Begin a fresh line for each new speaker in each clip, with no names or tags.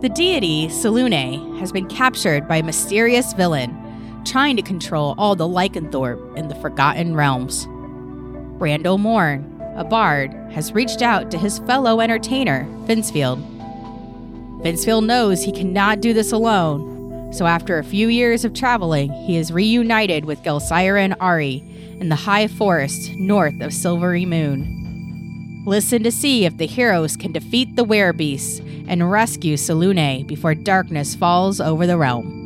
The deity, Salune, has been captured by a mysterious villain trying to control all the Lycanthorpe in the Forgotten Realms. Brando Morn, a bard, has reached out to his fellow entertainer, Finsfield. Finsfield knows he cannot do this alone, so after a few years of traveling, he is reunited with Gelsira and Ari in the high forest north of Silvery Moon. Listen to see if the heroes can defeat the werbeasts and rescue Salune before darkness falls over the realm.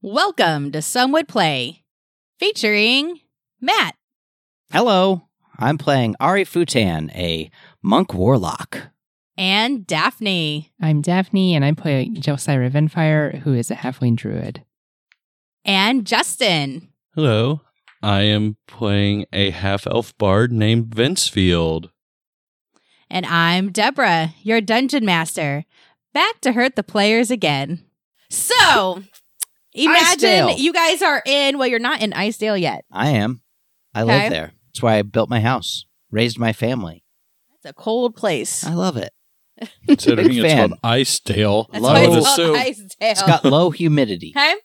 Welcome to Some Would Play, featuring Matt.
Hello, I'm playing Ari Futan, a monk warlock.
and Daphne.
I'm Daphne, and I play Jelsira Venfire, who is a halfling druid.
And Justin.
Hello. I am playing a half elf bard named Vincefield.
And I'm Deborah, your dungeon master, back to hurt the players again. So, imagine
Icedale.
you guys are in, well, you're not in Icedale yet.
I am. I
Okay.
live there. That's why I built my house, raised my family.
It's a cold place.
I love it.
Considering
Big
it's
fan.
called Ice Tail,
That's
love
why
I
it's
would
the
called
assume
It's
Icedale.
got low humidity.
okay.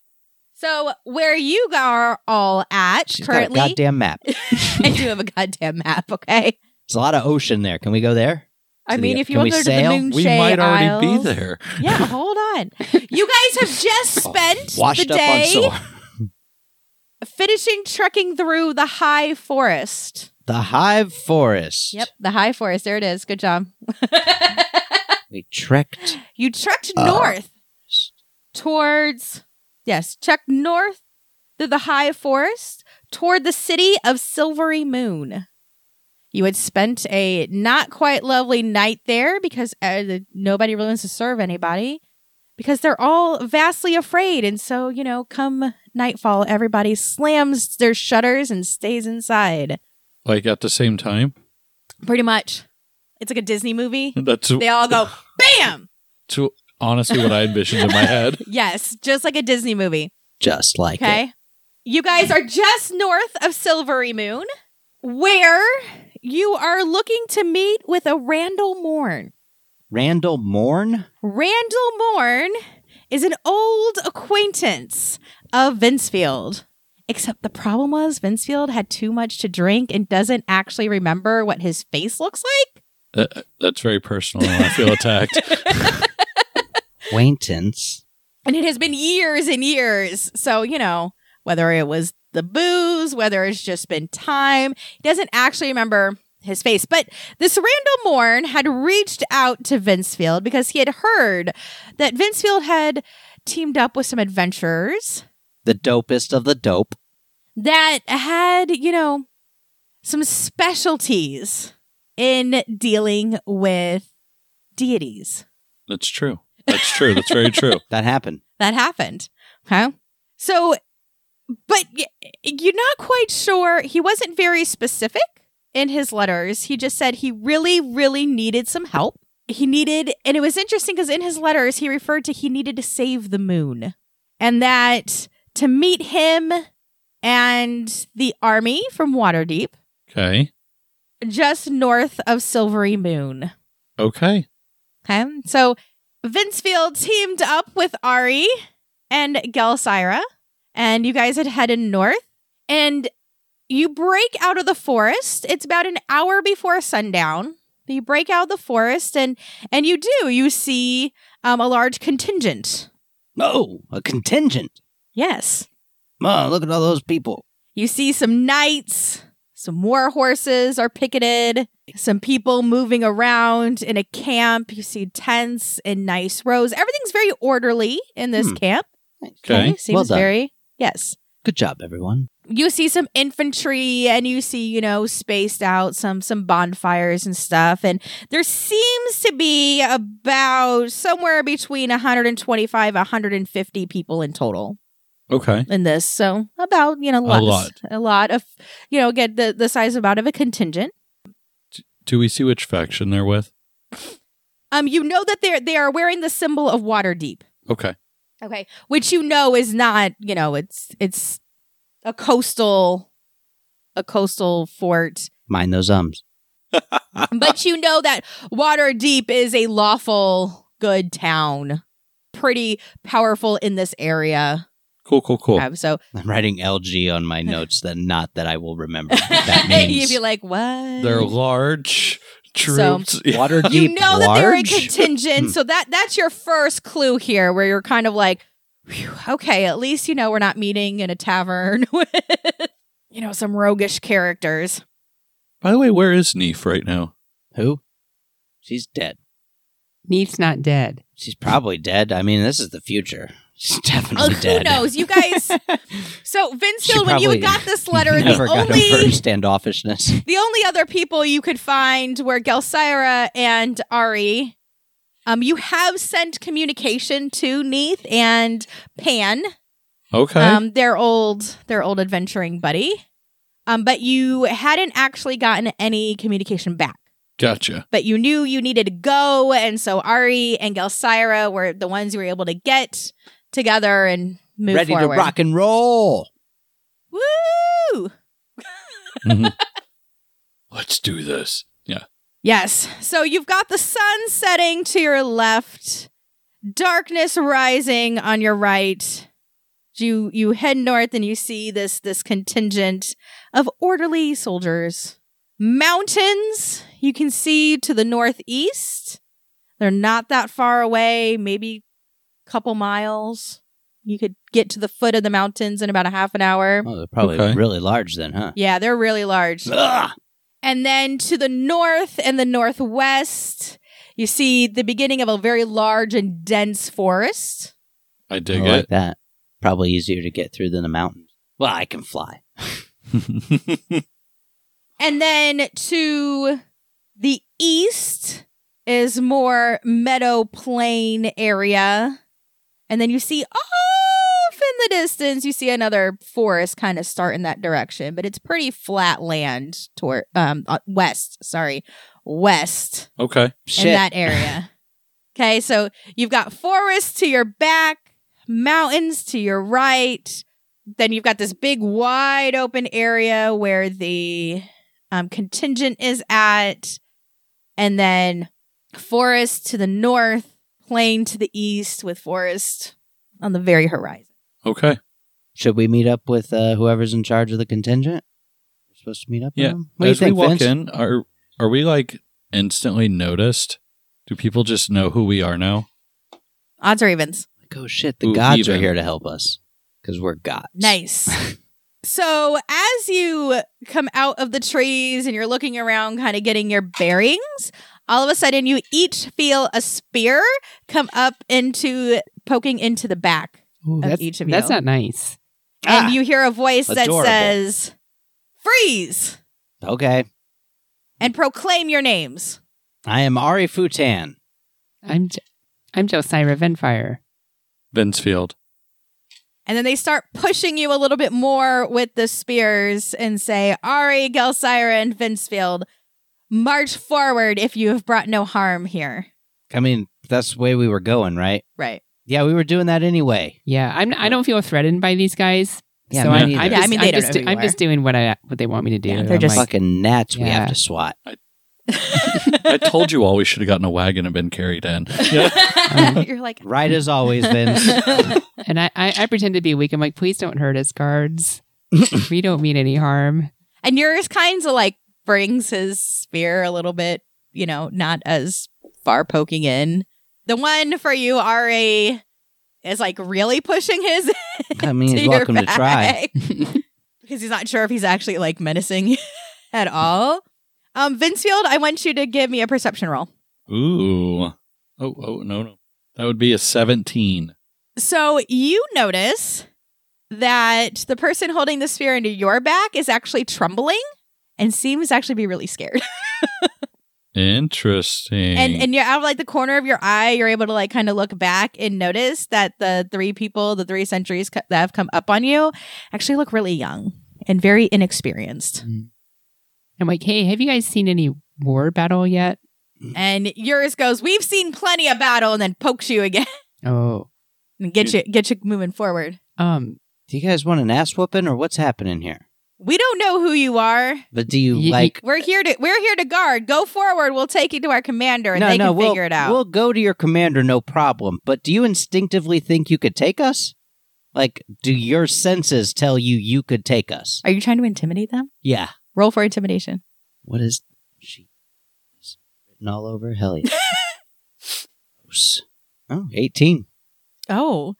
So, where you are all at
She's got a
currently,
goddamn map.
I do have a goddamn map, okay?
There's a lot of ocean there. Can we go there?
I
the-
mean, if you
can
want
we
to go to
sail?
the
We
Moonshade
we might already
Isles-
be there.
Yeah, hold on. You guys have just spent
Washed
the
up on
day
shore.
finishing trekking through the high forest.
The Hive Forest.
Yep, the high forest. There it is. Good job.
We trekked.
you trekked
Uh.
north towards, yes, check north through the high forest toward the city of Silvery Moon. You had spent a not quite lovely night there because uh, the- nobody really wants to serve anybody because they're all vastly afraid. And so, you know, come nightfall, everybody slams their shutters and stays inside.
Like at the same time.
Pretty much. It's like a Disney movie.
That's
They all go, bam!
to honestly what I envisioned in my head.
Yes, just like a Disney movie.
Just like
Okay.
it.
You guys are just north of Silvery Moon, where you are looking to meet with a Randall Morn.
Randall Morn?
Randall Morn is an old acquaintance of Vincefield. Except the problem was Vincefield had too much to drink and doesn't actually remember what his face looks like.
That's very personal. and I feel attacked.
Acquaintance.
And it has been years and years. So, you know, whether it was the booze, whether it's just been time, he doesn't actually remember his face. But this Randall Morn had reached out to Vincefield because he had heard that Vincefield had teamed up with some adventurers
The dopest of the dope.
that had, you know, some specialties in dealing with deities.
That's true. That's true. That's very true.
That happened.
That happened. Okay. So, but y- you're not quite sure. He wasn't very specific in his letters. He just said he really, really needed some help. He needed, and it was interesting because in his letters, he referred to he needed to save the moon and that to meet him and the army from Waterdeep
Okay.
just north of Silvery Moon.
Okay.
Okay. So Vincefield teamed up with Ari and Gelsira, and you guys had headed north. And you break out of the forest. It's about an hour before sundown. You break out of the forest, and and you do. You see um, a large contingent.
No, a contingent.
Yes.
Oh, look at all those people.
You see some knights, some war horses are picketed, some people moving around in a camp. You see tents and nice rows. Everything's very orderly in this
Hmm.
camp.
Okay.
Seems
Well done.
very yes.
Good job, everyone.
You see some infantry and you see, you know, spaced out some some bonfires and stuff. And there seems to be about somewhere between 125, 150 people in total
Okay.
in this. So about you know
A
less,
lot.
a lot of you know get the the size about of a contingent.
Do we see which faction they're with?
Um, you know that they're they are wearing the symbol of Waterdeep.
Okay.
Okay. Which you know is not, you know, it's it's a coastal a coastal fort.
Mind those ums.
but you know that Waterdeep is a lawful good town. Pretty powerful in this area.
Cool, cool, cool.
Uh, So
I'm writing LG on my notes that not that I will remember what that
you'd
means.
be like, what?
They're large troops. Yeah.
Water
you
deep
know that
large? Hmm.
they're a contingent. so that that's your first clue here where you're kind of like, "Phew, okay, at least you know we're not meeting in a tavern with you know some roguish characters.
By the way, where is Neef right now?
Who? She's dead.
Neef's not dead.
She's probably dead. I mean, this is the future. She's
Oh,
definitely
who
dead.
knows? You guys. So
She
Vincefield, when you
probably
got this letter,
Never
the
got over her
only
standoffishness.
the only other people you could find were Gelsira and Ari. Um, you have sent communication to Neith and Pan,
Okay.
um, their old their old adventuring buddy. Um, but you hadn't actually gotten any communication back.
gotcha.
But you knew you needed to go, and so Ari and Gelsira were the ones you were able to get together and move
Ready
forward.
to rock and roll.
Woo!
Mhm. Let's do this. Yeah.
Yes. So you've got the sun setting to your left, darkness rising on your right. You you head north and you see this this contingent of orderly soldiers. Mountains you can see to the northeast. They're not that far away, maybe a couple miles. You could get to the foot of the mountains in about a half an hour.
Oh, they're probably
Okay.
really large then, huh?
Yeah, they're really large.
Ugh.
And then to the north and the northwest, you see the beginning of a very large and dense forest.
I
I
dig
like that. Probably easier to get through than the mountains. Well, I can fly.
it.
And then to the east is more meadow plain area. And then you see off in the distance, you see another forest kind of start in that direction, but it's pretty flat land toward um uh, west, sorry, west.
okay.
Shit.
in that area. okay, so you've got forests to your back, mountains to your right. Then you've got this big, wide open area where the um, contingent is at, and then forest to the north, plain to the east, with forest on the very horizon.
Okay.
Should we meet up with uh, whoever's in charge of the contingent? We're supposed to meet up. with
Yeah.
them? What
As
do you think,
we walk
Vince?
in, are are we like instantly noticed? Do people just know who we are now?
Odds or evens.
Like, oh shit, the
Ooh,
gods are
even.
here to help us because we're gods.
Nice. so as you come out of the trees and you're looking around, kind of getting your bearings, all of a sudden you each feel a spear come up into poking into the back.
Ooh, that's,
each of
that's
you.
not nice.
Ah,
and you hear a voice
adorable.
that says, Freeze
okay,
and proclaim your names.
I am Ari Futan.
I'm J- I'm Josira Venfire.
Vinsfield.
And then they start pushing you a little bit more with the spears and say, Ari, Gelsira, and Vincefield, march forward if you have brought no harm here.
I mean, that's the way we were going, right?
Right.
Yeah, we were doing that anyway.
Yeah, I'm. I don't feel threatened by these guys.
Yeah,
so
me
I'm,
neither.
I'm
Yeah, I
just,
mean, they
I'm
don't
just,
know who
I'm
you
just doing what I what they want me to do.
Yeah,
And
they're
I'm
just-
like,
Fucking gnats, we
Yeah.
have to swat.
I told you all we should have gotten a wagon and been carried in. Yeah.
You're like,
Right as always, Vince.
and I, I I pretend to be weak. I'm like, please don't hurt us, guards. we don't mean any harm.
and yours kinds of like brings his spear a little bit, you know, not as far poking in. The one for you, Ari, is like really pushing his.
I mean,
to
he's
your
welcome to try.
back. because he's not sure if he's actually like menacing you at all. Um, Vincefield, I want you to give me a perception roll.
Ooh. Oh, oh, no, no. That would be a 17.
So you notice that the person holding the spear into your back is actually trembling and seems to actually be really scared.
Interesting.
and and you're out of like the corner of your eye you're able to like kind of look back and notice that the three people the three sentries co- that have come up on you actually look really young and very inexperienced
I'm like, hey, have you guys seen any war battle yet?
Mm.
and yours goes we've seen plenty of battle and then pokes you again
Oh,
and get you get you moving forward.
Um,
Do you guys want an ass whooping or what's happening here?
We don't know who you are.
But do you
Ye-
like?
We're here to we're here to guard. Go forward. We'll take you to our commander, and
no,
they
no,
can
we'll,
figure it out.
We'll go to your commander, no problem. But do you instinctively think you could take us? Like, do your senses tell you you could take us?
Are you trying to intimidate them?
Yeah.
Roll for intimidation.
What is she? Is written all over. Hell yeah. Gross. oh, 18.
Oh.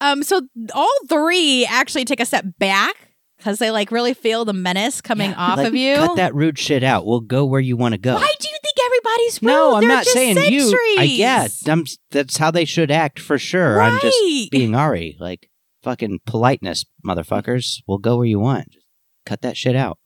Um, so all three actually take a step back because they like really feel the menace coming
Yeah,
off
like,
of you.
Cut that rude shit out. We'll go where you want to go.
Why do you think everybody's rude?
No, I'm
They're
not
just
saying
sentries.
you. I, yeah, I'm, that's how they should act for sure.
right.
I'm just being Ari. Like, fucking politeness, motherfuckers. We'll go where you want. Just cut that shit out.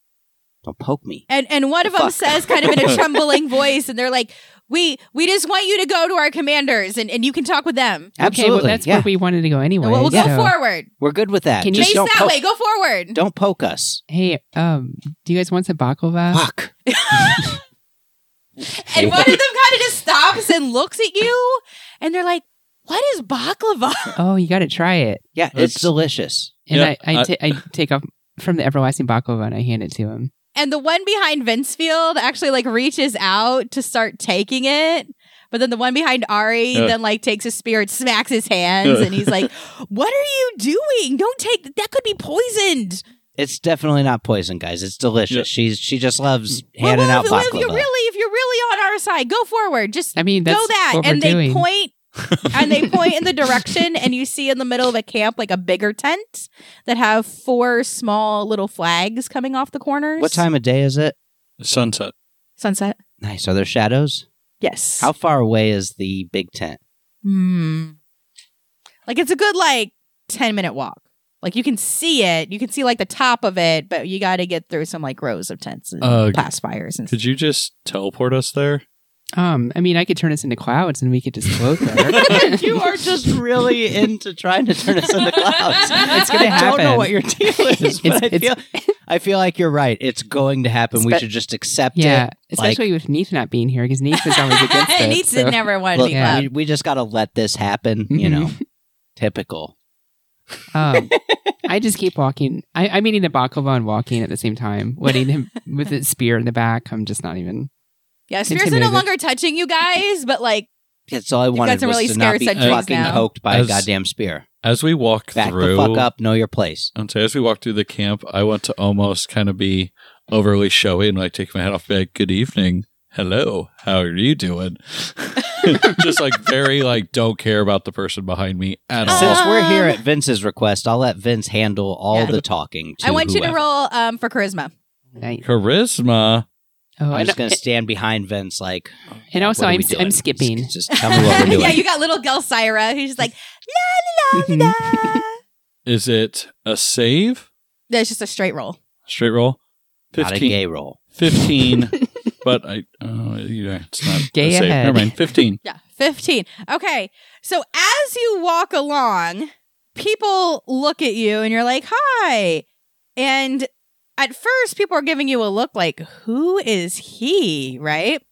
Don't poke me.
and and one of them
Fuck.
says kind of in a trembling voice, and they're like, "We we just want you to go to our commanders, and, and you can talk with them.
okay,
Absolutely.
well, that's
yeah.
where we wanted to go anyway.
And we'll, we'll go
so-
forward.
We're good with that.
Can you-
just
Face
don't
that
poke,
way. Go forward.
Don't poke us.
Hey, um, do you guys want some baklava?
Fuck.
And one of them kind of just stops and looks at you, and they're like, "What is baklava?"
Oh, you got to try it.
Yeah,
That's-
it's delicious.
And
Yeah,
I, I,
uh,
I-
ta- I take off from the everlasting baklava and I hand it to him.
And the one behind Vincefield actually like reaches out to start taking it. But then the one behind Ari
Uh.
then like takes his spear and smacks his hands
Uh.
and he's like, What are you doing? Don't take that could be poisoned.
It's definitely not poison, guys. It's delicious.
Yeah.
She's she just loves
Well,
handing
well,
out
if,
baklava.
if you're really if you're really on our side, go forward. Just
I mean, that's
go that.
what
And
we're
they
doing.
point and they point in the direction and you see in the middle of a camp like a bigger tent that have four small little flags coming off the corners.
What time of day is it?
Sunset.
Sunset.
Nice. Are there shadows?
Yes.
How far away is the big tent?
Hmm. Like it's a good like 10 minute walk. Like you can see it, you can see like the top of it, but you got to get through some like rows of tents and
Uh,
pacifiers and
Could you just teleport us there?
Um, I mean, I could turn us into clouds and we could just float there.
you are just really into trying to turn us into clouds.
It's gonna
I don't know
happen.
what your deal is, but
It's-
I, feel,
it's-
I feel like you're right. It's going to happen. we
Spe-
should just accept
yeah,
it.
especially with Neith not being here because Neith is always against it.
it needs to
so-
never want to
Look,
be loud.
we, we just got to let this happen, you
Mhm.
know. Typical.
Um, I just keep walking. I, I'm eating the baklava and walking at the same time, letting him with his spear in the back. I'm just not even.
Yeah, spears are no
intimidated.
longer touching you guys, but like
That's all I
got
wanted
some
was
really
to not
scared
be
sentries
fucking
now.
poked by
As-
a goddamn spear.
As we walk
Back
through,
the fuck up. Know your place.
I'd say Um, as we walk through the camp, I want to almost kind of be overly showy and like take my hat off, be like, "Good evening, hello, how are you doing?" Just like very like don't care about the person behind me at all.
Since we're here
Um,
at Vince's request, I'll let Vince handle all
Yeah.
the talking. To
I want you to
whoever.
roll um for charisma.
I,
Charisma.
oh,
I'm
and,
just gonna stand behind Vince, like,
and also
what are
I'm
we
s-
doing?
I'm skipping.
Just, just tell me what we're doing.
yeah, you got little Gelsira who's just like la la la la. la."
Is it a save?
That's just a straight roll.
Straight roll.
Not a
15.
gay roll.
15 but I, oh, yeah, it's not
Gay
a save.
ahead.
Never mind. 15.
Yeah, 15. Okay. So as you walk along, people look at you and you're like, hi. And at first, people are giving you a look like, who is he? Right.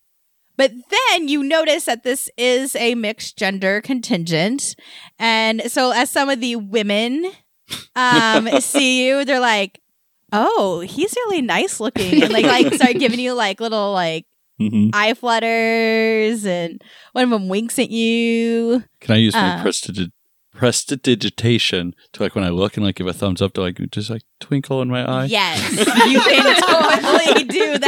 But then you notice that this is a mixed gender contingent. And so as some of the women um, see you, they're like, oh, he's really nice looking. And like, like start giving you like little like,
Mhm.
eye flutters and one of them winks at you.
Can I use my
Uh.
prestigi- prestidigitation to like when I look and like give a thumbs up to like just like twinkle in my eye?
Yes, you can totally do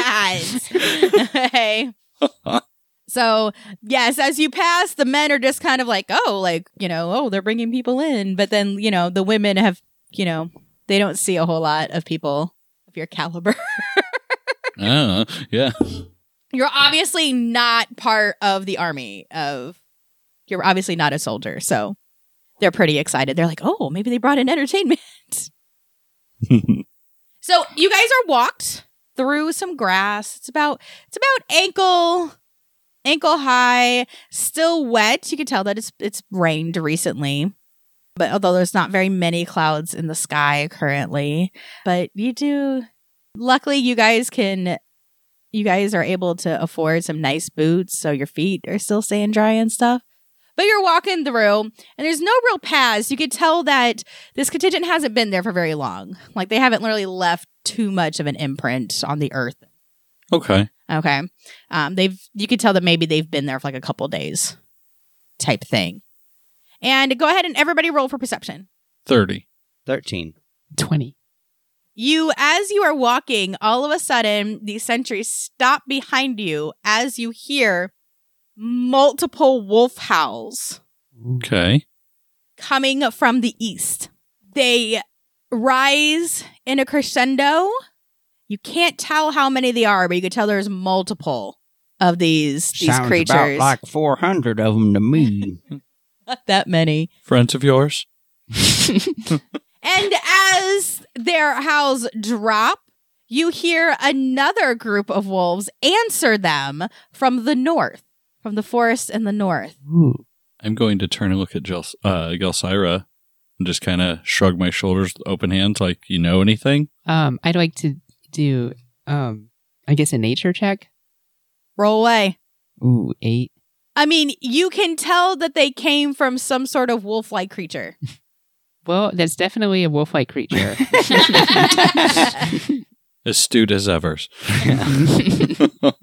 that. okay. So, yes, as you pass, the men are just kind of like, oh, like, you know, oh, they're bringing people in. But then, you know, the women have, you know, they don't see a whole lot of people of your caliber.
Oh, yeah.
You're obviously not part of the army of you're obviously not a soldier, so they're pretty excited. They're like, "Oh, maybe they brought in entertainment." so, you guys are walked through some grass. It's about it's about ankle ankle high, still wet. You can tell that it's it's rained recently. But although there's not very many clouds in the sky currently, but you do luckily you guys can you guys are able to afford some nice boots so your feet are still staying dry and stuff But you're walking through, and there's no real paths. You could tell that this contingent hasn't been there for very long. Like they haven't literally left too much of an imprint on the earth.
Okay.
Okay, um, they've you could tell that maybe they've been there for like a couple days, type thing. And go ahead and everybody roll for perception.
30.
13.
20.
You, as you are walking, all of a sudden the sentries stop behind you as you hear multiple wolf howls
Okay.
coming from the east. They rise in a crescendo. You can't tell how many they are, but you can tell there's multiple of these these
Sounds
creatures.
about like 400 of them to me.
Not that many.
Friends of yours?
And as their howls drop, you hear another group of wolves answer them from the north, from the forest in the north.
Ooh.
I'm going to turn and look at Gel- uh, Gelsira and just kind of shrug my shoulders, with open hands, like, you know anything?
Um, I'd like to do, um, I guess, a nature check.
Roll away.
Ooh, eight.
I mean, you can tell that they came from some sort of wolf like creature.
Well, that's definitely a wolf like creature.
Astute as evers.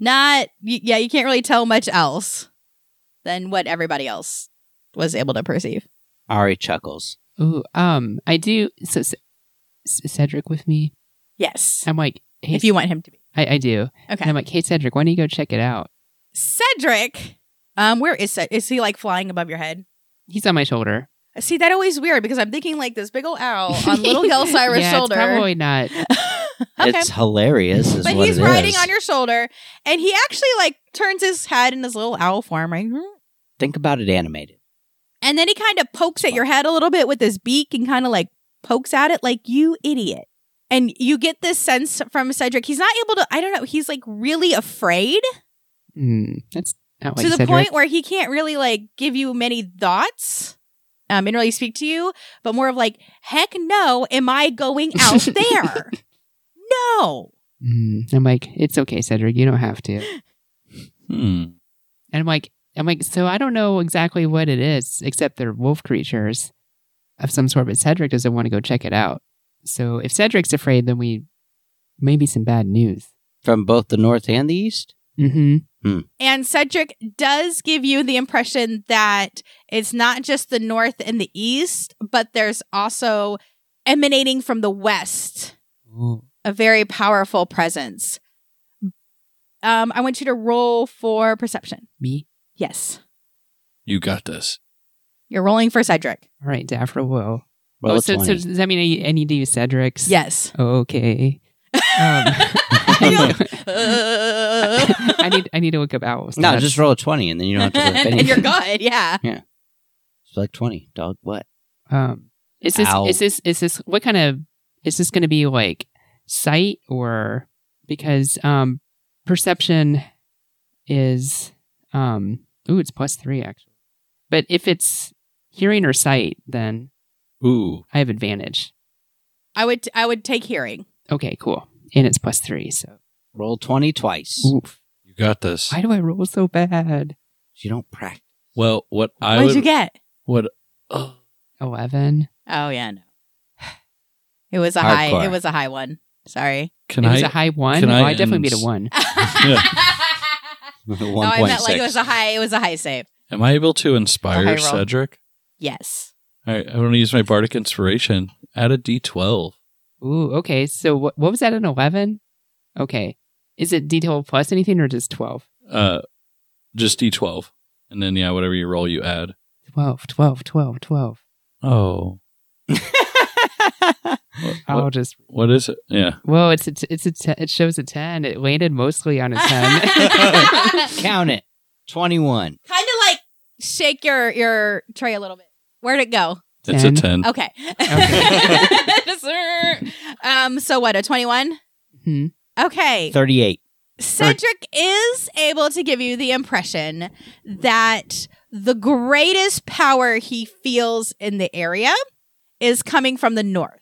Not, y- yeah, you can't really tell much else than what everybody else was able to perceive.
Ari chuckles.
Ooh, um, I do. So, C- C- Cedric with me.
Yes.
I'm like, hey,
If you want him to be.
I, I do. And
Okay.
I'm like, hey, Cedric, why don't you go check it out?
Cedric. Um, where is Cedric? Is he like flying above your head?
He's on my shoulder.
See, that always weird because I'm thinking like this big old owl Oh, on little Gelsira's
yeah,
shoulder.
It's probably not.
okay.
It's hilarious, is
but
what
he's
it
riding
is.
on your shoulder and he actually like turns his head in his little owl form, right?
Think about it animated.
And then he kind of pokes at your head a little bit with his beak and kind of like pokes at it like you idiot. And you get this sense from Cedric. He's not able to, I don't know, he's like really afraid
Hmm, that's not like
to the
Cedric.
point where he can't really like give you many thoughts um, and really speak to you, but more of like, heck no, am I going out there? no.
Hmm, I'm like, it's okay, Cedric. You don't have to.
Hmm.
And I'm like, I'm like, so I don't know exactly what it is, except they're wolf creatures of some sort. But Cedric doesn't want to go check it out. So if Cedric's afraid, then we maybe some bad news.
From both the north and the east?
Mm-hmm.
And Cedric does give you the impression that it's not just the north and the east, but there's also emanating from the west a very powerful presence. Um, I want you to roll for perception.
Me.
Yes.
You got this.
You're rolling for Cedric.
All right, Daphra will.
Well,
oh,
it's
so, so
20.
does that mean I, I need to use Cedric's?
Yes.
Okay. Um,
You're
I need I need to look up owls.
no,
That's-
just roll a 20 and then you don't have to look
and you're
anything.
good. Yeah.
It's like 20, dog. What?
Um, is this
Ow.
is this is this what kind of is this going to be like sight or because um perception is um ooh it's plus three actually, but if it's hearing or sight then
Ooh.
I have advantage.
I would I would take hearing.
Okay, cool, and it's plus three. So
Roll 20 twice.
oof.
You got this.
why do I roll so bad?
You don't practice.
Well, what I
What'd
would.
you get?
What, oh,
Eleven.
Oh yeah, no. It was a high
Hardcore.
it was a high one. Sorry.
can
it
I?
was a high one.
can
oh,
I
I definitely beat a
ins-
one.
No, I
1.6.
meant like it was a high. It was a high save.
am I able to
A high
inspire
roll.
Cedric?
Yes.
All right. I want to use my bardic inspiration. Add a d12.
Ooh, okay. So what what was that an eleven? Okay, is it detail plus anything or just twelve?
Uh, just d12. And then, yeah, whatever you roll, you add.
12, 12, 12, 12.
Oh.
I'll just
What is it? Yeah.
well, it's a t- it's a t- it shows a ten. It landed mostly on a ten.
kind
Count it. 21.
of like shake your your tray a little bit. Where'd it go?
It's a
10.
10.
Okay.
Okay.
Just, er. um. So what? A twenty-one.
Hmm.
Okay.
38.
Cedric is able to give you the impression that the greatest power he feels in the area is coming from the north.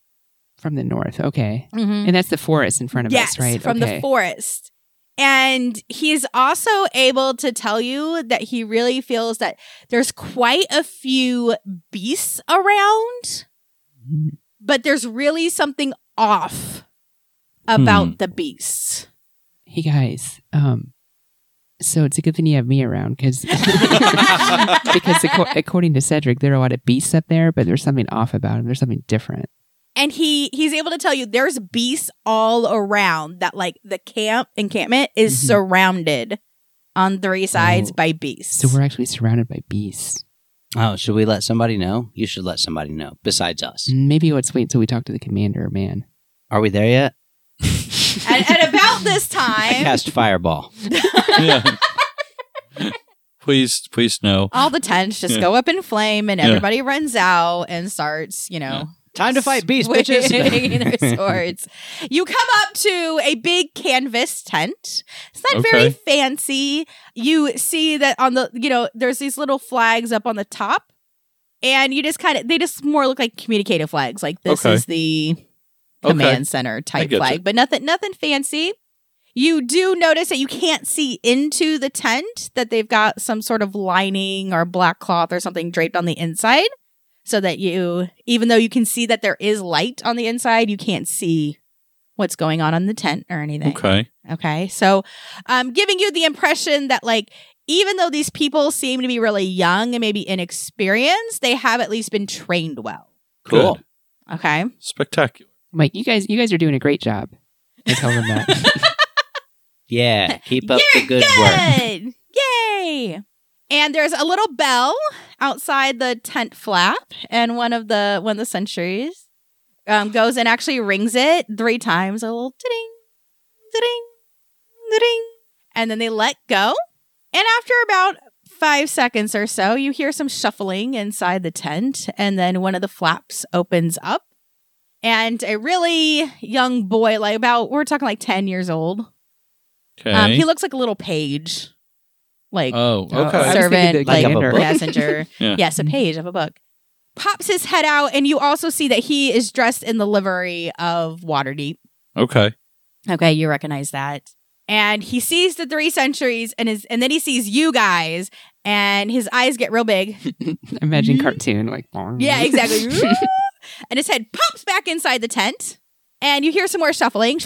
From the north, okay,
Mm-hmm.
and that's the forest in front of
yes,
us, right?
From
Okay.
the forest. And he's also able to tell you that he really feels that there's quite a few beasts around,
Mm-hmm.
but there's really something off about
Hmm.
the beasts.
Hey guys, um, so it's a good thing you have me around because because acco- according to Cedric, there are a lot of beasts up there, but there's something off about them. There's something different.
and he he's able to tell you there's beasts all around that like the camp encampment is
Mhm.
surrounded on three sides
Oh.
by beasts
So we're actually surrounded by beasts.
Oh, should we let somebody know? You should let somebody know besides
Mm.
us.
Maybe let's wait until we talk to the commander, man.
Are we there yet?
at, at about this
I
time
cast fireball.
yeah. please, please no.
all the tents just
Yeah.
go up in flame and
Yeah.
everybody runs out and starts you know
Time to fight beasts,
swinging their
bitches.
swords you come up to a big canvas tent it's not very
Okay.
fancy you see that on the you know there's these little flags up on the top and you just kind of they just more look like communicative flags like this
Okay.
is the
Okay.
command center type
get
flag
you.
but nothing nothing fancy you do notice that you can't see into the tent that they've got some sort of lining or black cloth or something draped on the inside so that you even though you can see that there is light on the inside you can't see what's going on in the tent or anything
Okay.
Okay. So, um, giving you the impression that, like, even though these people seem to be really young and maybe inexperienced, they have at least been trained well.
Cool.
Good.
Okay.
Spectacular.
I'm like, you guys, you guys are doing a great job. I tell them that.
Yeah, keep up the good work.
Good. Yay. And there's a little bell outside the tent flap, and one of the one of the sentries um, goes and actually rings it three times, a little ding, ding, ding, and then they let go. And after about five seconds or so, you hear some shuffling inside the tent, and then one of the flaps opens up, and a really young boy, like about we're talking like ten years old,
Okay.
um, he looks like a little page, like
oh,
Oh, I
Uh,
was
okay.
thinking
Servant,
the
like,
commander.
book.
messenger.
Yeah.
Yes, a page of a book. Pops his head out, and you also see that he is dressed in the livery of Waterdeep.
Okay.
Okay, you recognize that. And he sees the three centuries, and is, and then he sees you guys, and his eyes get real big.
Imagine
Mhm.
cartoon like.
Yeah, exactly. and his head pops back inside the tent, and you hear some more shuffling.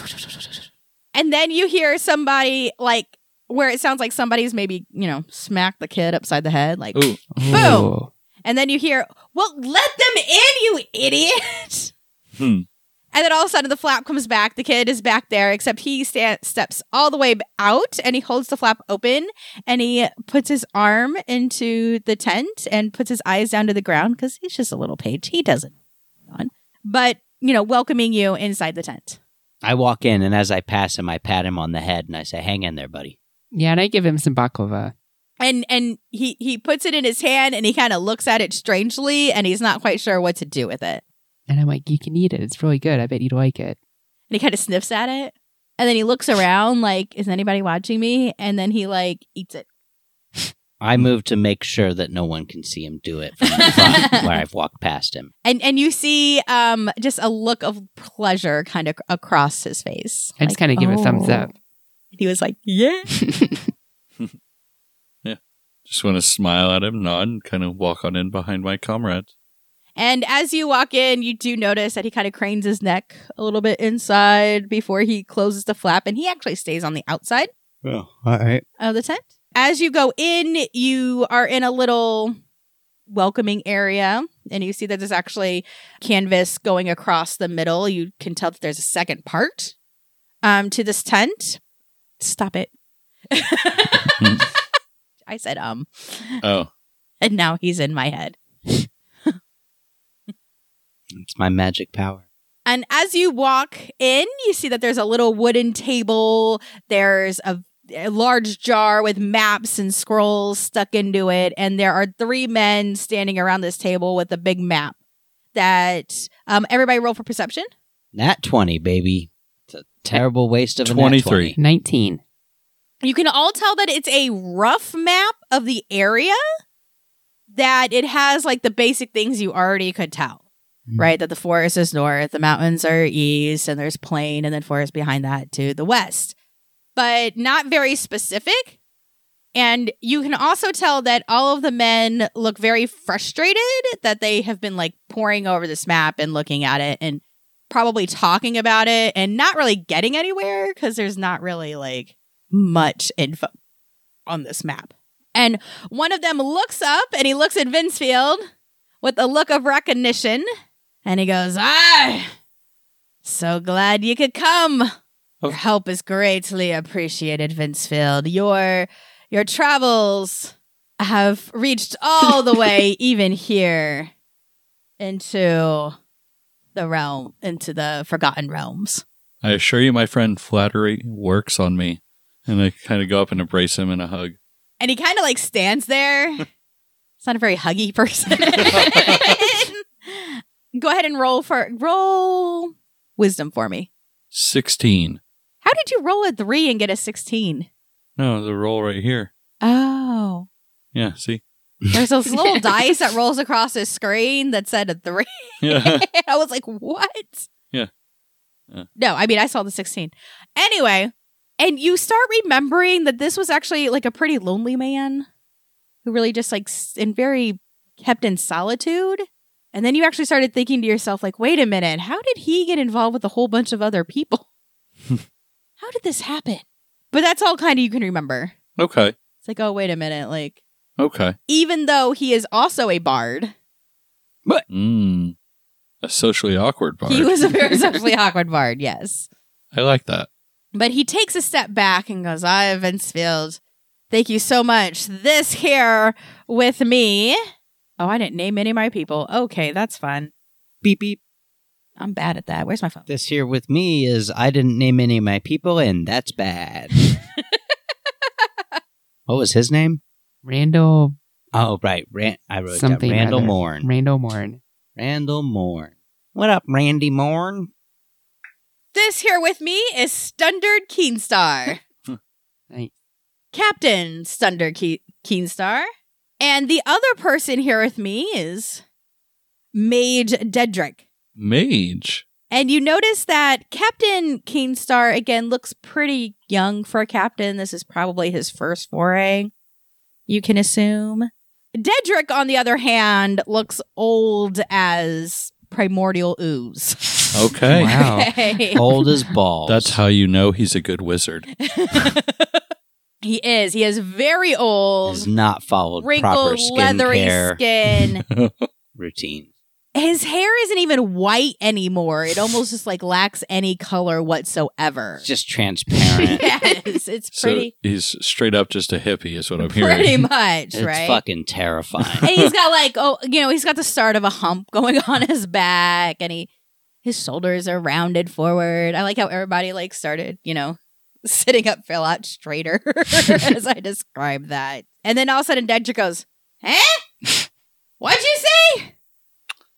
And then you hear somebody like where it sounds like somebody's maybe, you know, smacked the kid upside the head, like
Ooh.
Oh.
and then you hear, "Well, let them in, you idiot!"
Hmm.
And then all of a sudden, the flap comes back. The kid is back there, except he sta- steps all the way b- out and he holds the flap open and he puts his arm into the tent and puts his eyes down to the ground because he's just a little page. He doesn't. On, but you know, welcoming you inside the tent.
I walk in, and as I pass him, I pat him on the head and I say, Hang in there, buddy.
Yeah, and I give him some baklava.
And and he he puts it in his hand and he kind of looks at it strangely and he's not quite sure what to do with it.
And I'm like, you can eat it. It's really good. I bet you'd like it.
and he kind of sniffs at it and then he looks around like is anybody watching me and then he like eats it
I move to make sure that no one can see him do it from the front where I've walked past him.
and and you see um just a look of pleasure kind of across his face
I just kinda give a thumbs
oh.
up.
he was like yeah
Just want to smile at him, nod, and kind of walk on in behind my comrades.
and as you walk in you do notice that he kind of cranes his neck a little bit inside before he closes the flap and he actually stays on the outside
Oh, all right.
of the tent. As you go in, you are in a little welcoming area and you see that there's actually canvas going across the middle. You can tell that there's a second part um, to this tent. Stop it. I said, um,
Oh,
and now he's in my head.
It's my magic power.
And as you walk in, you see that there's a little wooden table. There's a, a large jar with maps and scrolls stuck into it. And there are three men standing around this table with a big map that um, everybody roll for perception.
Nat 20, baby. It's a terrible waste of a nat
23.
20.
19.
You can all tell that it's a rough map of the area, that it has like the basic things you already could tell.
Mm.
Right, that the forest is north, the mountains are east, and there's plain, and then forest behind that to the west. but not very specific. And you can also tell that all of the men look very frustrated that they have been like poring over this map and looking at it and probably talking about it and not really getting anywhere because there's not really like much info on this map. And one of them looks up and he looks at Vincefield with a look of recognition and he goes, Ah, so glad you could come. Your help is greatly appreciated, Vincefield. Your your travels have reached all the way, even here, into the realm, into the Forgotten Realms.
I assure you, my friend, flattery works on me. And I kind of go up and embrace him in a hug.
And he kind of like stands there. He's not a very huggy person. Go ahead and roll for roll wisdom for me.
16.
How did you roll a three and get a sixteen?
No, the roll right here.
Oh,
Yeah, see?
there's this little dice that rolls across his screen that said a three.
Yeah.
I was like, what?
Yeah. Yeah.
No, I mean, I saw the 16. Anyway, and you start remembering that this was actually like a pretty lonely man who really just like s- in very kept in solitude. And then you actually started thinking to yourself, like, wait a minute, how did he get involved with a whole bunch of other people? how did this happen? But that's all kind of you can remember.
okay.
It's like, oh, wait a minute. Like,
Okay.
even though he is also a bard,
Mm. A socially awkward bard.
he was a very socially awkward bard, yes.
I like that.
But he takes a step back and goes, I, Vincefield, thank you so much. This here with me. Oh, I didn't name any of my people. Okay, that's fun.
Beep beep.
I'm bad at that. Where's my phone?
This here with me is I didn't name any of my people, and that's bad. what was his name?
Randall
Oh, right. Ran- I wrote that.
something.
Randall
rather.
Morn.
Randall Morn.
Randall Morn. What up, Randy Morn?
This here with me is Stundard Keenstar,
Nice.
Captain Stundard Ke- Keenstar. And the other person here with me is Mage Dedrick.
Mage.
And you notice that Captain Keenstar again looks pretty young for a captain. This is probably his first foray, you can assume. Dedrick, on the other hand, looks old as primordial ooze.
Okay.
Wow.
Okay.
Old as balls.
That's how you know he's a good wizard.
he is. He is very old,
Has not followed proper
wrinkled, leathery
skincare
skin.
routine.
His hair isn't even white anymore. It almost just like lacks any color whatsoever.
It's just transparent.
yes, it's
So
pretty.
he's straight up just a hippie, is what I'm hearing.
pretty much,
it's
right?
fucking terrifying.
and he's got like oh, you know, he's got the start of a hump going on his back, and he his shoulders are rounded forward. I like how everybody like started, you know, sitting up fell out straighter as I described that, and then all of a sudden, Dedrick goes, "Eh, what'd you say? Did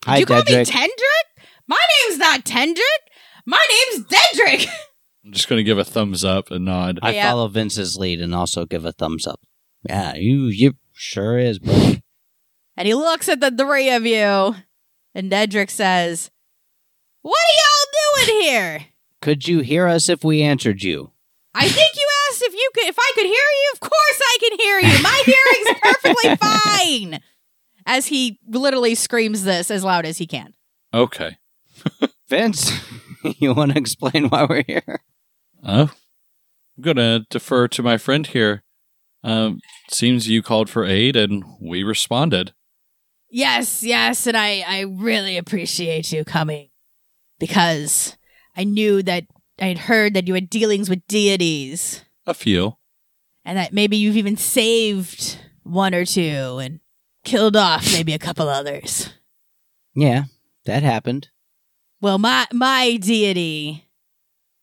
Hi,
you call me
Dedrick.
Tendrick? My name's not Tendrick. My name's Dedrick."
I'm just going to give a thumbs up and nod.
I
Yeah.
follow Vince's lead and also give a thumbs up. Yeah, you, you sure is, buddy.
And he looks at the three of you, and Dedrick says, "What are y'all doing here?"
Could you hear us if we answered you?
I think you asked if you could if I could hear you. Of course I can hear you. My hearing's perfectly fine. As he literally screams this as loud as he can.
Okay.
Vince, you want to explain why we're here?
Uh, I'm going to defer to my friend here. Um, seems you called for aid and we responded.
Yes, yes, and I I really appreciate you coming because I knew that I had heard that you had dealings with deities
A few.
and that maybe you've even saved one or two and killed off maybe a couple others.
Yeah, that happened.
Well, my my deity,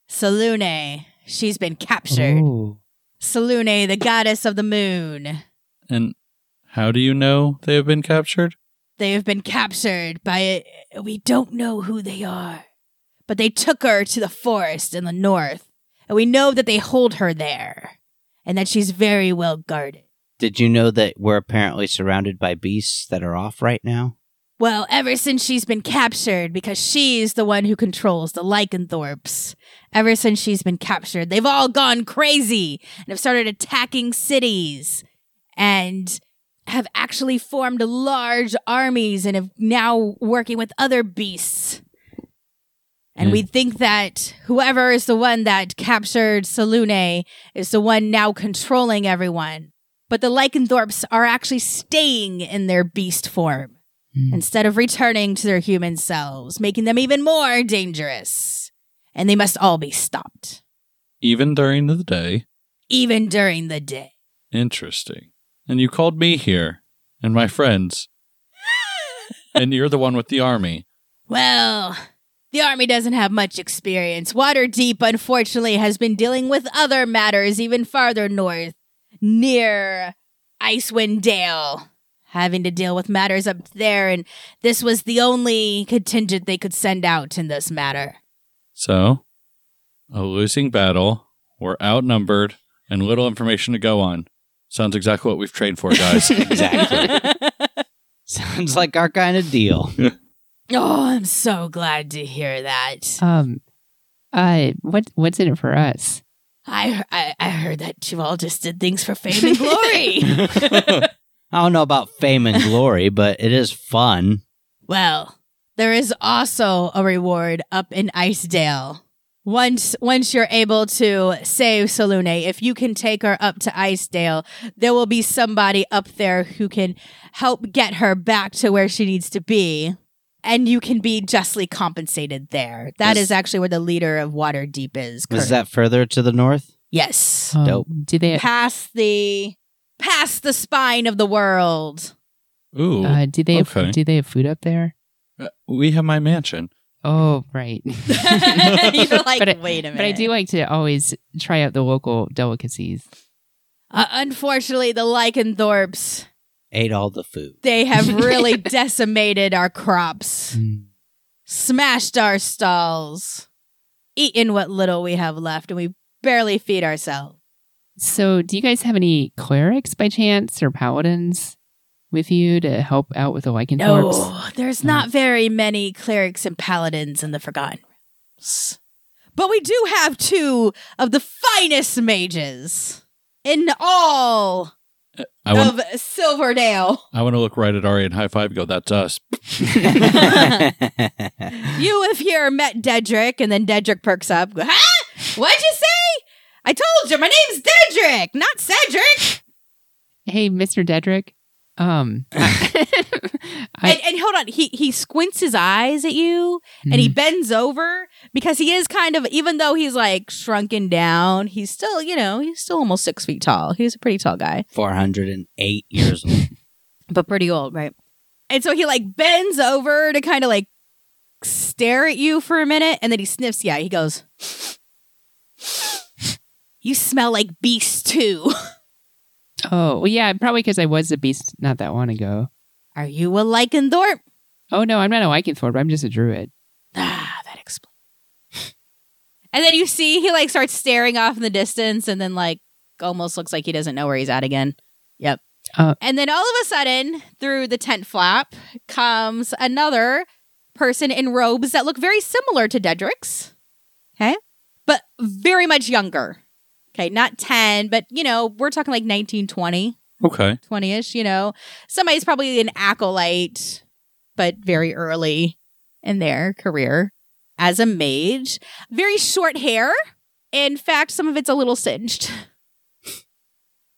Salune, she's been captured.
Ooh.
Salune, the goddess of the moon.
And how do you know they have been captured?
They have been captured by we don't know who they are, but they took her to the forest in the north, and we know that they hold her there, and that she's very well guarded.
Did you know that we're apparently surrounded by beasts that are off right now?
Well, ever since she's been captured, because she's the one who controls the Lycanthropes, ever since she's been captured, they've all gone crazy and have started attacking cities and have actually formed large armies and have now working with other beasts. And
Hmm.
we think that whoever is the one that captured Salune is the one now controlling everyone. But the Lycanthropes are actually staying in their beast form instead of returning to their human selves, making them even more dangerous. And they must all be stopped,
even during the day.
even during the day.
Interesting. And you called me here and my friends. and you're the one with the army.
Well, the army doesn't have much experience. Waterdeep, unfortunately, has been dealing with other matters even farther north, near Icewind Dale, having to deal with matters up there, and this was the only contingent they could send out in this matter.
So, a losing battle. We're outnumbered and little information to go on. Sounds exactly what we've trained for, guys.
Exactly. Sounds like our kind of deal.
Oh, I'm so glad to hear that.
Um, uh, what what's in it for us?
I, I I heard that you all just did things for fame and glory.
I don't know about fame and glory, but it is fun.
well, there is also a reward up in Icedale. Once once you're able to save Salune, if you can take her up to Icedale, there will be somebody up there who can help get her back to where she needs to be. And you can be justly compensated there. That is,
Is-
actually where the leader of Waterdeep is.
Is
currently.
that Oh, further to the north?
yes?
Um,
Dope.
Do they
past the past the spine of the world.
Ooh,
uh, do they
okay.
have, do they have food up there?
uh, we have my mansion.
Oh, right.
You're like,
But I-
wait a minute.
But I do like to always try out the local delicacies.
Uh, unfortunately, the lycanthropes
Ate all the food.
they have really decimated our crops, smashed our stalls, eaten what little we have left, and we barely feed ourselves.
So, do you guys have any clerics by chance or paladins with you to help out with the
No,
lycanthropes?
there's not very many clerics and paladins in the Forgotten Realms. But we do have two of the finest mages in all
I want,
of Silverdale.
I want to look right at Ari and high five and go, that's us.
You, if you met Dedrick, and then Dedrick perks up. Go, huh? What'd you say? I told you, my name's Dedrick, not Cedric.
Hey, Mr. Dedrick. Um, I,
and, and hold on, he he squints his eyes at you, and he bends over because he is kind of, even though he's like shrunken down, he's still, you know, he's still almost six feet tall. He's a pretty tall guy.
408 years old.
but pretty old, right? And so he like bends over to kind of like stare at you for a minute, and then he sniffs. Yeah, he goes, "You smell like beast too.
oh, well, yeah, probably because I was a beast not that long ago.
Are you a lycanthorpe?"
Oh no, I'm not a lycanthrope. I'm just a druid.
Ah, that explains. And then you see he like starts staring off in the distance, and then like almost looks like he doesn't know where he's at again. Yep.
Uh,
and then all of a sudden, through the tent flap comes another person in robes that look very similar to Dedrick's. Okay, but very much younger. Okay, not ten, but you know we're talking like 19, 20,
Okay.
20 ish. You know, somebody's probably an acolyte, but very early in their career as a mage. Very short hair. In fact, some of it's a little singed.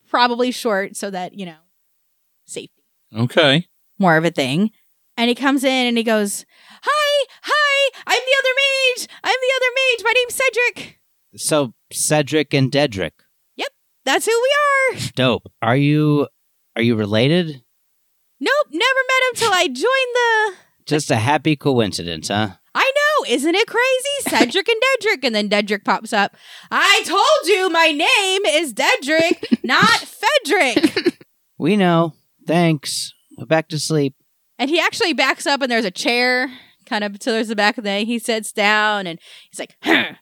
probably short so that, you know, safety,
Okay.
more of a thing. And he comes in and he goes, Hi, hi, I'm the other mage. I'm the other mage. My name's Cedric.
So, Cedric and Dedrick.
That's who we are.
Dope. Are you are you related?
Nope, never met him till I joined the
Just a happy coincidence, huh?
I know, isn't it crazy? Cedric and Dedrick. And then Dedrick pops up. I told you my name is Dedrick, not Fedrick.
We know. Thanks. Go back to sleep.
And he actually backs up and there's a chair kind of towards the back of the he sits down and he's like, huh.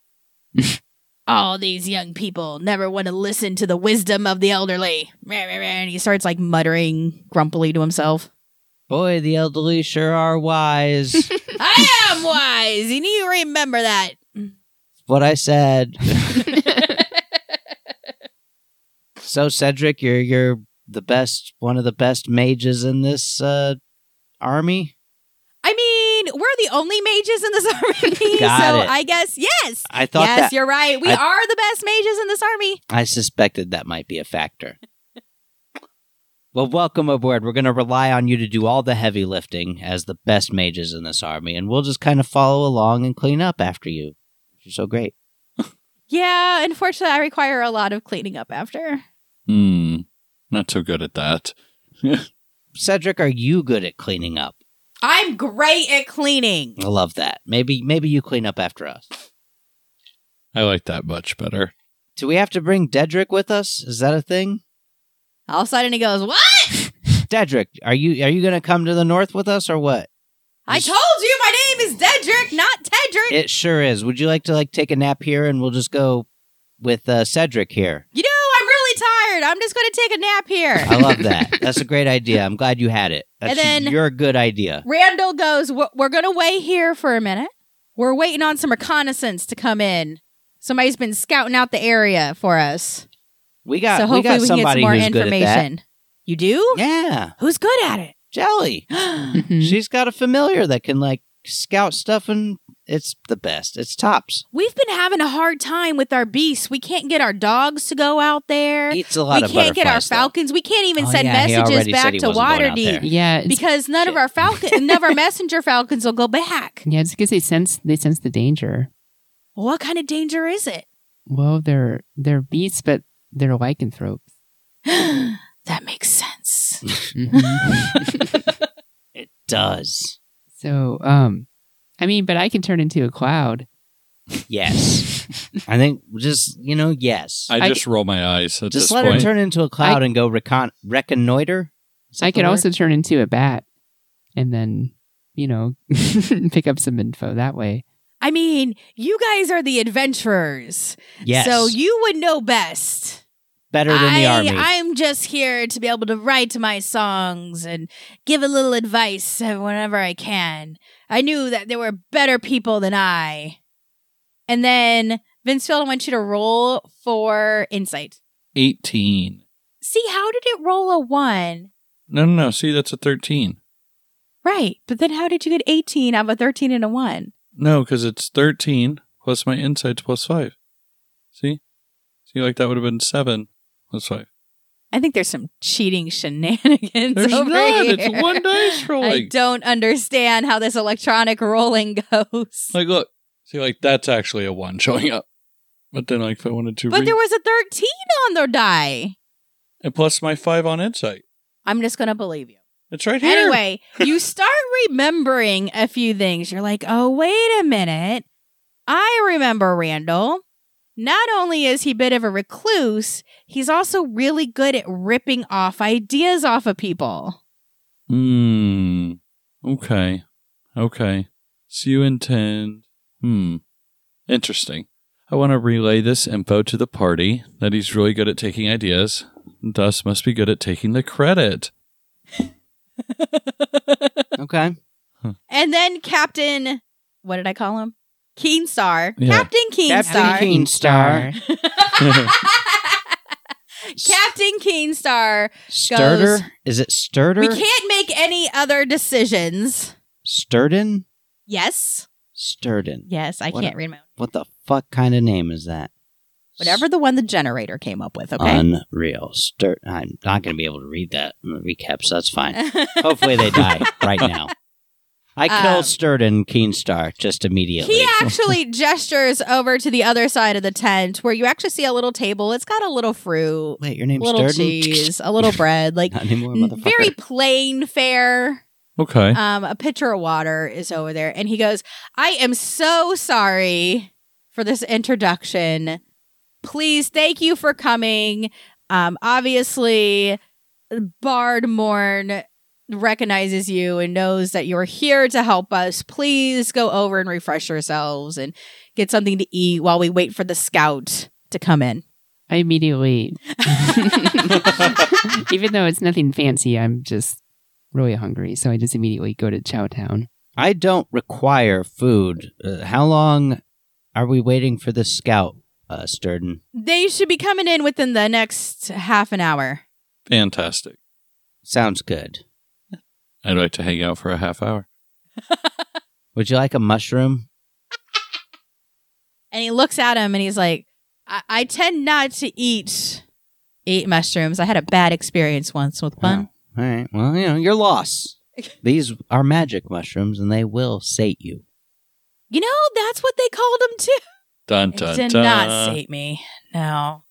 All these young people never want to listen to the wisdom of the elderly. And he starts like muttering grumpily to himself.
Boy, the elderly sure are wise.
I am wise. You need to remember that.
what I said. So Cedric, you're you're the best, one of the best mages in this uh, army.
I mean, we're the only mages in this army,
Got
so
it.
I guess yes.
I thought
yes,
that
you're right. We
I-
are the best mages in this army.
I suspected that might be a factor. well, welcome aboard. We're going to rely on you to do all the heavy lifting as the best mages in this army, and we'll just kind of follow along and clean up after you. You're so great.
Yeah, unfortunately, I require a lot of cleaning up after.
Hmm. Not so good at that.
Cedric, are you good at cleaning up?
I'm great at cleaning.
I love that. Maybe maybe you clean up after us.
I like that much better.
Do we have to bring Dedrick with us? Is that a thing?
All of a sudden, he goes, "What?
Dedrick, are you are you going to come to the north with us or what?
I told you my name is Dedrick, not Tedrick."
It sure is. Would you like to like take a nap here and we'll just go with uh, Cedric here?
you know, I'm really tired. I'm just going to take a nap here.
I love that. That's a great idea. I'm glad you had it. That's
And then-
your good idea.
Randall goes, "We're, we're going to wait here for a minute. We're waiting on some reconnaissance to come in. Somebody's been scouting out the area for us.
We got
so hopefully
we
we,
got
can get some
somebody
more
who's good
information. You do?
at that. Yeah,
Who's good at it?
Jelly. She's got a familiar that can like scout stuff and it's the best. It's tops.
We've been having a hard time with our beasts. We can't get our dogs to go out there.
Eats a lot
we
of
can't get our
butterflies, though.
falcons. We can't even
Oh,
send
yeah, he already
messages
said
back
he
to
wasn't going out
Waterdeep
there.
yeah, it's,
because none of our falcon, none of our messenger falcons will go back.
yeah, it's because they sense they sense the danger.
What kind of danger is it?
Well, they're they're beasts, but they're lycanthropes.
that makes sense.
Mm.
Mhm.
It does.
so, um, I mean, but I can turn into a cloud.
Yes. I think just you know yes.
I,
I-
just roll my eyes at
just
this
let
point.
her turn into a cloud and go recon- reconnoiter. Is that
I
the
could
word?
also turn into a bat, and then you know pick up some info that way.
I mean, you guys are the adventurers.
yes.
So you would know best.
better than
I,
the army.
I'm just here to be able to write my songs and give a little advice whenever I can. I knew that there were better people than I. And then Vince Field, I want you to roll for insight.
18.
See, how did it roll a one?
No, no, no. See, that's a 13.
Right. But then how did you get 18 out of a 13 and a one?
No, because it's 13 plus my insights plus 5. See? See, like that would have been 7 plus 5.
I think there's some cheating shenanigans
There's
over
not.
here.
It's one dice
I
rolling.
don't understand how this electronic rolling goes.
Like, look. See, like that's actually a 1 showing up. But then, like, if I wanted to
But
read.
there was a 13 on the die.
and plus my 5 on insight.
I'm just going to believe you.
It's right here.
Anyway, you start remembering a few things. You're like, oh, wait a minute. I remember Randall. Not only is he a bit of a recluse, he's also really good at ripping off ideas off of people.
Hmm. Okay. Okay. So you intend. Hmm. Interesting. I want to relay this info to the party that he's really good at taking ideas, and thus must be good at taking the credit.
okay.
And then Captain, what did I call him? Keenstar.
Yeah.
Captain Keenstar.
Captain Keen- Keenstar.
Captain Keenstar.
Sturder? Is it Sturder?
We can't make any other decisions.
Sturden?
Yes.
Sturden.
Yes, I
What
can't
a-
read my own.
What the fuck kind of name is that?
Whatever the one the generator came up with, okay?
Unreal. Stur- I'm not going to be able to read that in the recap, so that's fine. Hopefully they die right now. I kill
Um,
Sturden Keenstar just immediately.
He actually gestures over to the other side of the tent where you actually see a little table. It's got a little fruit,
Wait, your name's
little
Sturden?
cheese, a little bread, like
Not anymore, motherfucker.
very plain fare.
Okay.
Um, a pitcher of water is over there, and he goes, "I am so sorry for this introduction. Please, thank you for coming. Um, obviously, Bard Morn recognizes you and knows that you're here to help us. Please go over and refresh yourselves and get something to eat while we wait for the scout to come in."
I immediately, even though it's nothing fancy, I'm just really hungry, so I just immediately go to Chowtown.
I don't require food. Uh, how long are we waiting for the scout, uh, Sturden?
They should be coming in within the next half an hour.
Fantastic.
Sounds good.
I'd like to hang out for a half hour.
Would you like a mushroom?
And he looks at him and he's like, I, I tend not to eat eat mushrooms. I had a bad experience once with one.
Wow. All right. Well, you know, your loss. These are magic mushrooms, and they will sate you.
You know, that's what they called him too.
Dun
It
dun
did
dun.
not sate me. No.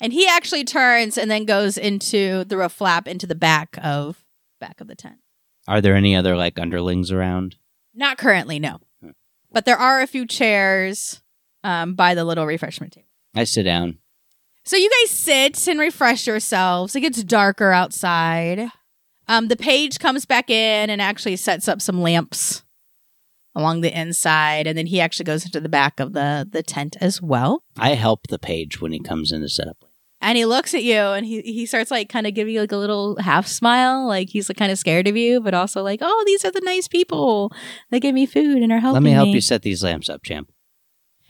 And he actually turns and then goes into the roof flap into the back of back of the tent.
Are there any other like underlings around?
Not currently, no.
Hmm.
But there are a few chairs um, by the little refreshment table.
I sit down.
So you guys sit and refresh yourselves. It gets darker outside. Um, the page comes back in and actually sets up some lamps along the inside, and then he actually goes into the back of the the tent as well.
I help the page when he comes in to set up.
And he looks at you and he, he starts like kind of giving you like a little half smile. Like he's like kind of scared of you, but also like, oh, these are the nice people that give me food and are helping
Let me help you set these lamps up, champ.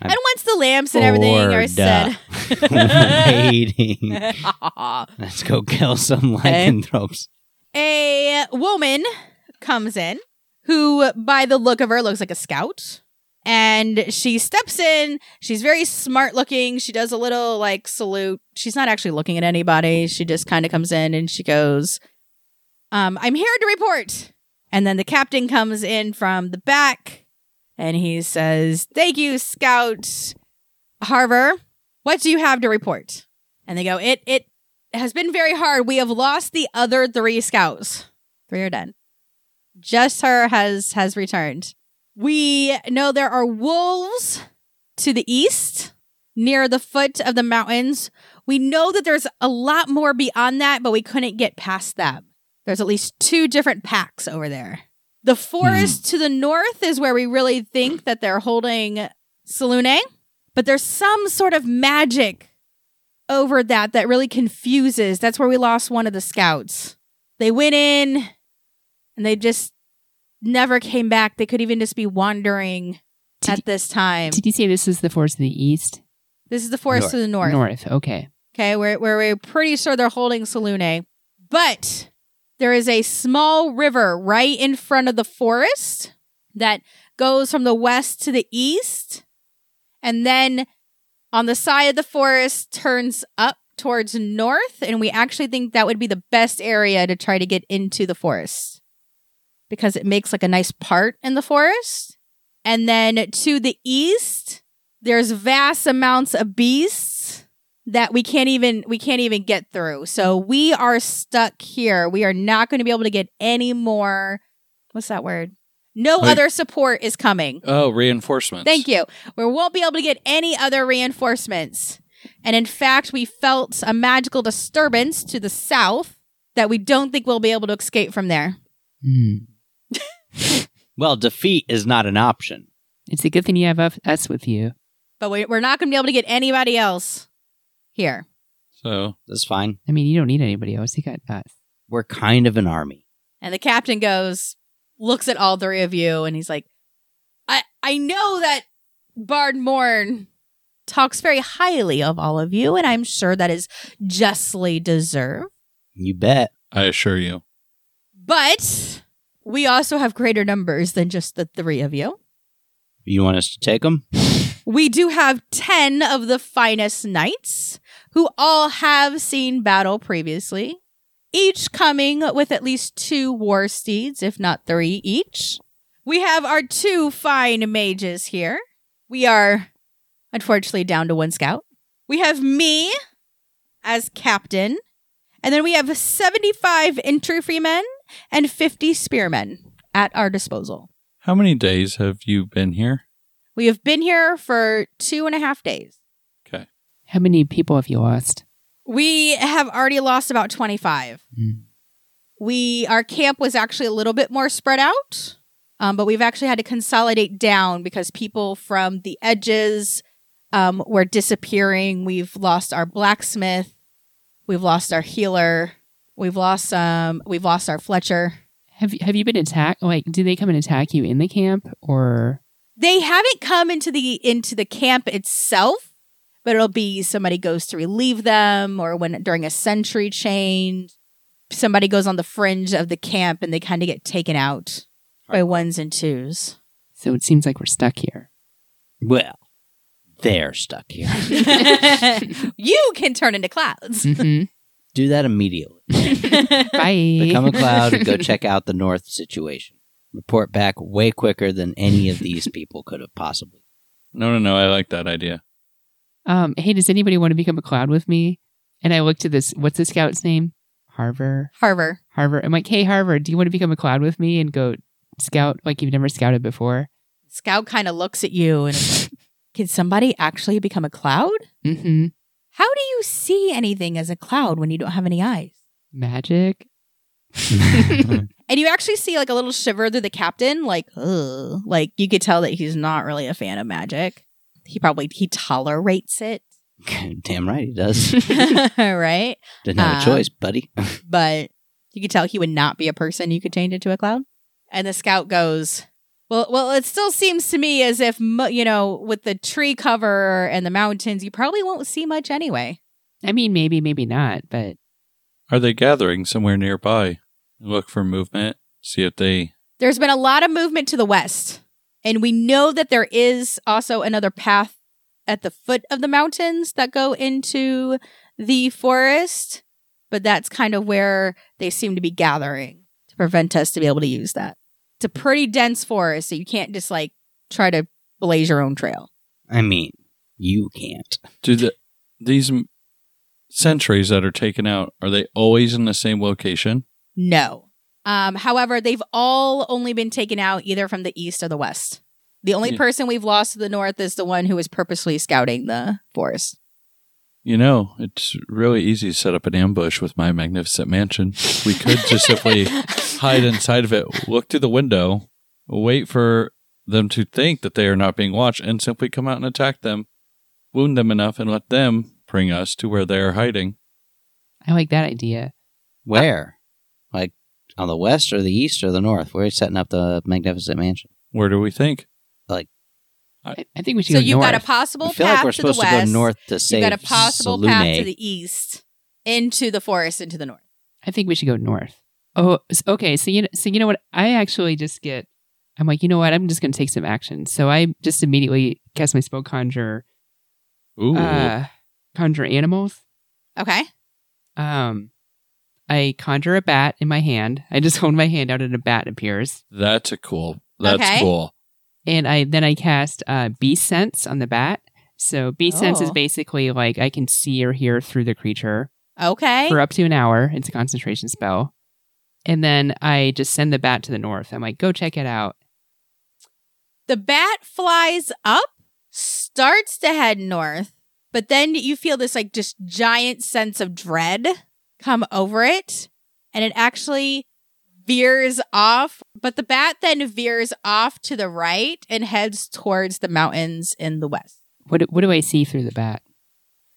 And once the lamps and everything are
Bored.
set.
Waiting. Let's go kill some lycanthropes.
a woman comes in who, by the look of her, looks like a scout. And she steps in. She's very smart looking. She does a little like salute. She's not actually looking at anybody. She just kind of comes in and she goes, um, I'm here to report. And then the captain comes in from the back and he says, Thank you, Scout Harver. What do you have to report? And they go, It it has been very hard. We have lost the other three scouts. Three are done. Just her has has returned. We know there are wolves to the east near the foot of the mountains. We know that there's a lot more beyond that, but we couldn't get past that. There's at least two different packs over there. The forest to the north is where we really think that they're holding Salune, but there's some sort of magic over that that really confuses. That's where we lost one of the scouts. They went in and they just never came back. They could even just be wandering
Did
at this time.
Did you say this is the forest of the east?
this is the forest to the north.
North. Okay.
Okay, where, where we're pretty sure they're holding Salune. But there is a small river right in front of the forest that goes from the west to the east. And then on the side of the forest turns up towards north. And we actually think that would be the best area to try to get into the forest because it makes like a nice part in the forest. And then to the east, there's vast amounts of beasts that we can't even we can't even get through. So we are stuck here. We are not going to be able to get any more what's that word? No
Like-
other support is coming.
Oh, reinforcements.
Thank you. We won't be able to get any other reinforcements. And in fact, we felt a magical disturbance to the south that we don't think we'll be able to escape from there.
Hmm.
Well, defeat is not an option.
It's a good thing you have us- us with you.
But we- we're not going to be able to get anybody else here.
So
That's fine.
I mean, you don't need anybody else. You got us.
We're kind of an army.
And the captain goes, looks at all three of you, and he's like, I, I know that Bard Morn talks very highly of all of you, and I'm sure that is justly deserved.
You bet.
I assure you,
But we also have greater numbers than just the three of you.
You want us to take them?
We do have 10 of the finest knights who all have seen battle previously, each coming with at least two war steeds, if not three each. We have our two fine mages here. We are unfortunately down to one scout. We have me as captain, and then we have 75 infantrymen and 50 spearmen at our disposal.
how many days have you been here?
We have been here for two and a half days.
How many people have you lost?
We have already lost about 25.
Mm.
We our camp was actually a little bit more spread out, um, but we've actually had to consolidate down because people from the edges um, were disappearing. We've lost our blacksmith, we've lost our healer, We've lost um we've lost our Fletcher.
Have you, have you been attacked? Like, do they come and attack you in the camp or?
They haven't come into the into the camp itself, but it'll be somebody goes to relieve them or when during a sentry change, somebody goes on the fringe of the camp and they kind of get taken out by ones and twos.
So it seems like we're stuck here.
Well, they're stuck here.
you can turn into clouds.
Mm-hmm.
Do that immediately.
Mm-hmm.
Bye.
Become a cloud and go check out the North situation. Report back way quicker than any of these people could have possibly.
No, no, no. I like that idea.
Um, hey, does anybody want to become a cloud with me? And I looked at this. What's the scout's name? Harver.
Harver.
Harver. I'm like, hey, Harver, do you want to become a cloud with me and go scout like you've never scouted before?
Scout kind of looks at you and is like, can somebody actually become a cloud?
Mm-hmm.
How do you see anything as a cloud when you don't have any eyes?
Magic.
And you actually see like a little shiver through the captain, like, ugh. Like you could tell that he's not really a fan of magic. He probably he tolerates it.
Damn right he does.
right?
Didn't have
Um,
a choice, buddy.
But you could tell he would not be a person you could change into a cloud. And the scout goes, Well well, it still seems to me as if mo- you know, with the tree cover and the mountains, you probably won't see much anyway.
I mean, maybe, maybe not, but
Are they gathering somewhere nearby? Look for movement. See if they.
There's been a lot of movement to the west, and we know that there is also another path at the foot of the mountains that go into the forest, but that's kind of where they seem to be gathering to prevent us to be able to use that. It's a pretty dense forest, so you can't just like try to blaze your own trail.
I mean, you can't.
Do the these m- sentries that are taken out are they always in the same location?
No. Um, however, they've all only been taken out either from the east or the west. The only
Yeah.
person we've lost to the north is the one who was purposely scouting the forest.
You know, it's really easy to set up an ambush with my magnificent mansion. We could just simply hide inside of it, look through the window, wait for them to think that they are not being watched, and simply come out and attack them, wound them enough, and let them bring us to where they are hiding.
I like that idea.
Where? Like on the west or the east or the north? Where are you setting up the magnificent mansion?
Where do we think?
I, I think we should
So
go
you've
north.
got a possible
I feel
path
like we're
to the
supposed
west.
to go north to save
you've got a possible path
Salune.
to the east into the forest into the north.
I think we should go north. Oh, s- okay. So you know, so you know what? I actually just get. I'm like, you know what? I'm just going to take some action. So I just immediately cast my spell conjure,
Ooh,
uh, conjure animals.
Okay.
Um, I conjure a bat in my hand. I just hold my hand out, and a bat appears.
that's a cool. That's
Okay.
cool.
and I then I cast uh, beast sense on the bat. So beast sense is
Oh.
basically like I can see or hear through the creature
Okay.
for up to an hour. It's a concentration spell, and then I just send the bat to the north. I'm like, go check it out.
the bat flies up, starts to head north, but then you feel this like just giant sense of dread come over it, and it actually veers off. But the bat then veers off to the right and heads towards the mountains in the west.
What do- what do I see through the bat?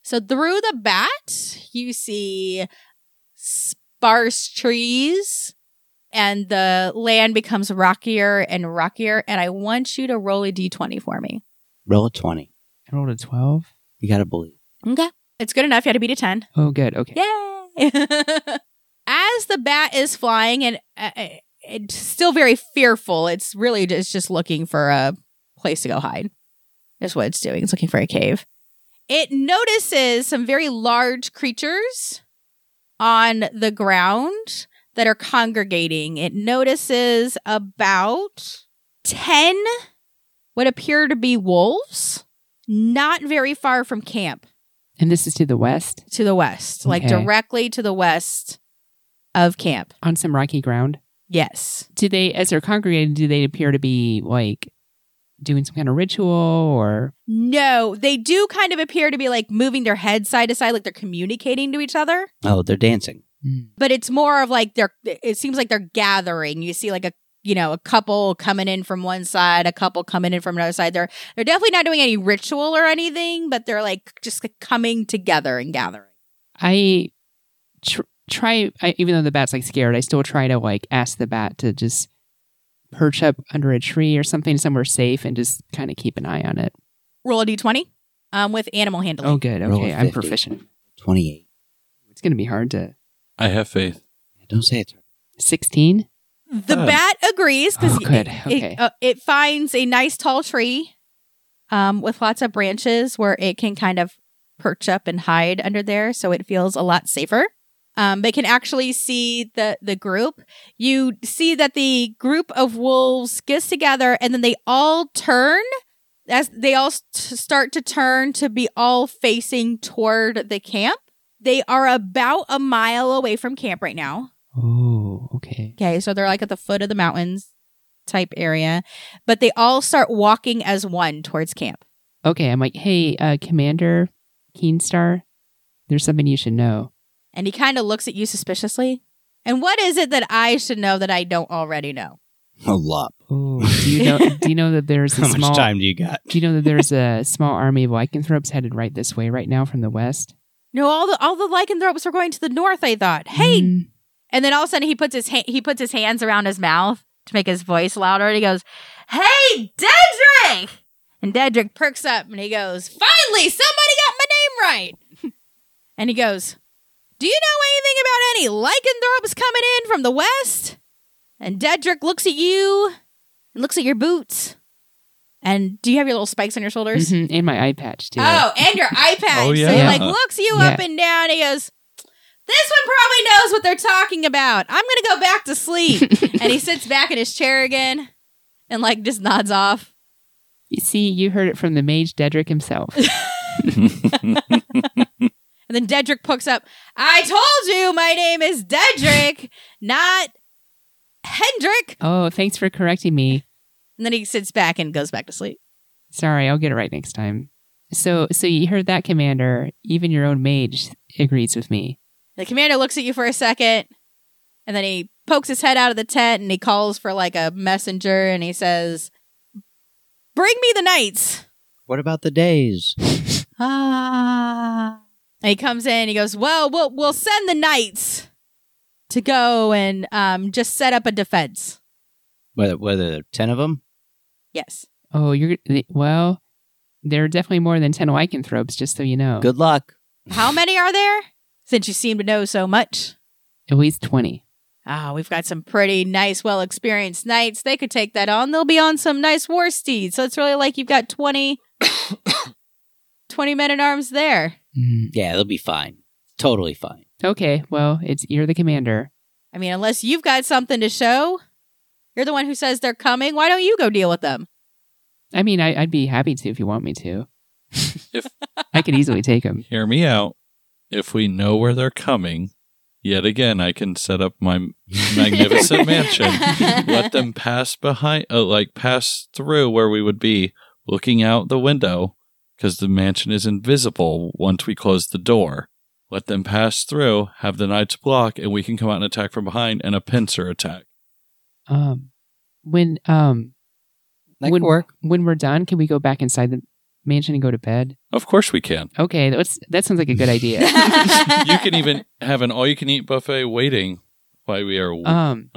So through the bat, you see sparse trees and the land becomes rockier and rockier. And I want you to roll a d20 for me.
Roll a 20.
I rolled a twelve.
You got to believe.
Okay. It's good enough. You had to beat a 10.
Oh, good. Okay.
Yay! As the bat is flying and uh, uh, it's still very fearful, it's really just, just looking for a place to go hide. Is what it's doing. It's looking for a cave. It notices some very large creatures on the ground that are congregating. It notices about 10 what appear to be wolves not very far from camp
And this is to the west
to the west, like
Okay.
directly to the west of camp.
on some rocky ground.
Yes.
Do they, as they're congregated, do they appear to be like doing some kind of ritual or?
No, they do kind of appear to be like moving their heads side to side, like they're communicating to each other.
Oh, they're dancing.
Mm.
But it's more of like they're, it seems like they're gathering. You see like a, you know, a couple coming in from one side, a couple coming in from another side. They're, they're definitely not doing any ritual or anything, but they're like just like coming together and gathering.
I tr- try, I, even though the bat's like scared, I still try to like ask the bat to just perch up under a tree or something somewhere safe and just kind of keep an eye on it.
Roll a d20 um, with animal handling.
Oh, good.
Roll a
Okay. I'm
50.
proficient.
28.
It's going to be hard to.
I have faith.
Don't say it's
16?
The
Good.
bat agrees because
Oh, good. Okay.
it, uh, it finds a nice tall tree um, with lots of branches where it can kind of perch up and hide under there, so it feels a lot safer. Um, they can actually see the the group. You see that the group of wolves gets together, and then they all turn as they all s- start to turn to be all facing toward the camp. They are about a mile away from camp right now.
Oh, okay.
Okay, so they're like at the foot of the mountains type area, but they all start walking as one towards camp.
Okay. I'm like, hey, uh, Commander Keenstar, there's something you should know.
And he kind of looks at you suspiciously. And what is it that I should know that I don't already know?
a lot.
Oh, do you know? do you know that there's a
How
small?
much time do you got?
Do you know that there's a small army of lycanthropes headed right this way right now from the west?
No, all the all the lycanthropes were going to the north. I thought, hey,
Mm.
and then all of a sudden he puts his ha- he puts his hands around his mouth to make his voice louder, and he goes, "Hey, Dedrick!" And Dedrick perks up and he goes, "Finally, somebody got my name right." and he goes, "Do you know anything about any lycanthropes coming in from the west?" And Dedrick looks at you and looks at your boots. And do you have your little spikes on your shoulders?
Mhm, and my eye patch too.
Oh, and your iPad. So
Oh,
he
yeah.
like looks you up
Yeah.
and down. He goes, This one probably knows what they're talking about. I'm gonna go back to sleep. and he sits back in his chair again and like just nods off.
You see, you heard it from the mage Dedrick himself.
And then Dedrick pokes up, I told you my name is Dedrick, not Hendrick.
oh, thanks for correcting me.
And then he sits back and goes back to sleep.
Sorry, I'll get it right next time. So, so you heard that, Commander. Even your own mage agrees with me.
The commander looks at you for a second, and then he pokes his head out of the tent and he calls for like a messenger and he says, Bring me the knights.
What about the days?
Ah. And he comes in. He goes, "Well, we'll we'll send the knights to go and um, just set up a defense."
Whether, whether there are 10 of them?
Yes.
Oh, you're well. There are definitely more than ten lycanthropes, just so you know.
Good luck.
How many are there? Since you seem to know so much.
At least twenty.
Ah, we've got some pretty nice, well experienced knights. They could take that on. They'll be on some nice war steeds. So it's really like you've got 20, 20 men at arms there.
Mm.
Yeah, they'll be fine. Totally fine.
Okay, well, it's you're the commander.
I mean, unless you've got something to show, you're the one who says they're coming. Why don't you go deal with them?
I mean, I, I'd be happy to if you want me to.
If-
I could easily take him.
Hear me out. If we know where they're coming, yet again, I can set up my magnificent mansion. Let them pass behind, uh, like pass through where we would be looking out the window because the mansion is invisible once we close the door. Let them pass through, have the knights block, and we can come out and attack from behind and a pincer attack.
Um, when um
That
when
could work.
when we're done, can we go back inside the mansion and go to bed?
Of course, we can.
Okay, that's that sounds like a good idea.
You can even have an all you can eat buffet waiting while we are w-
um,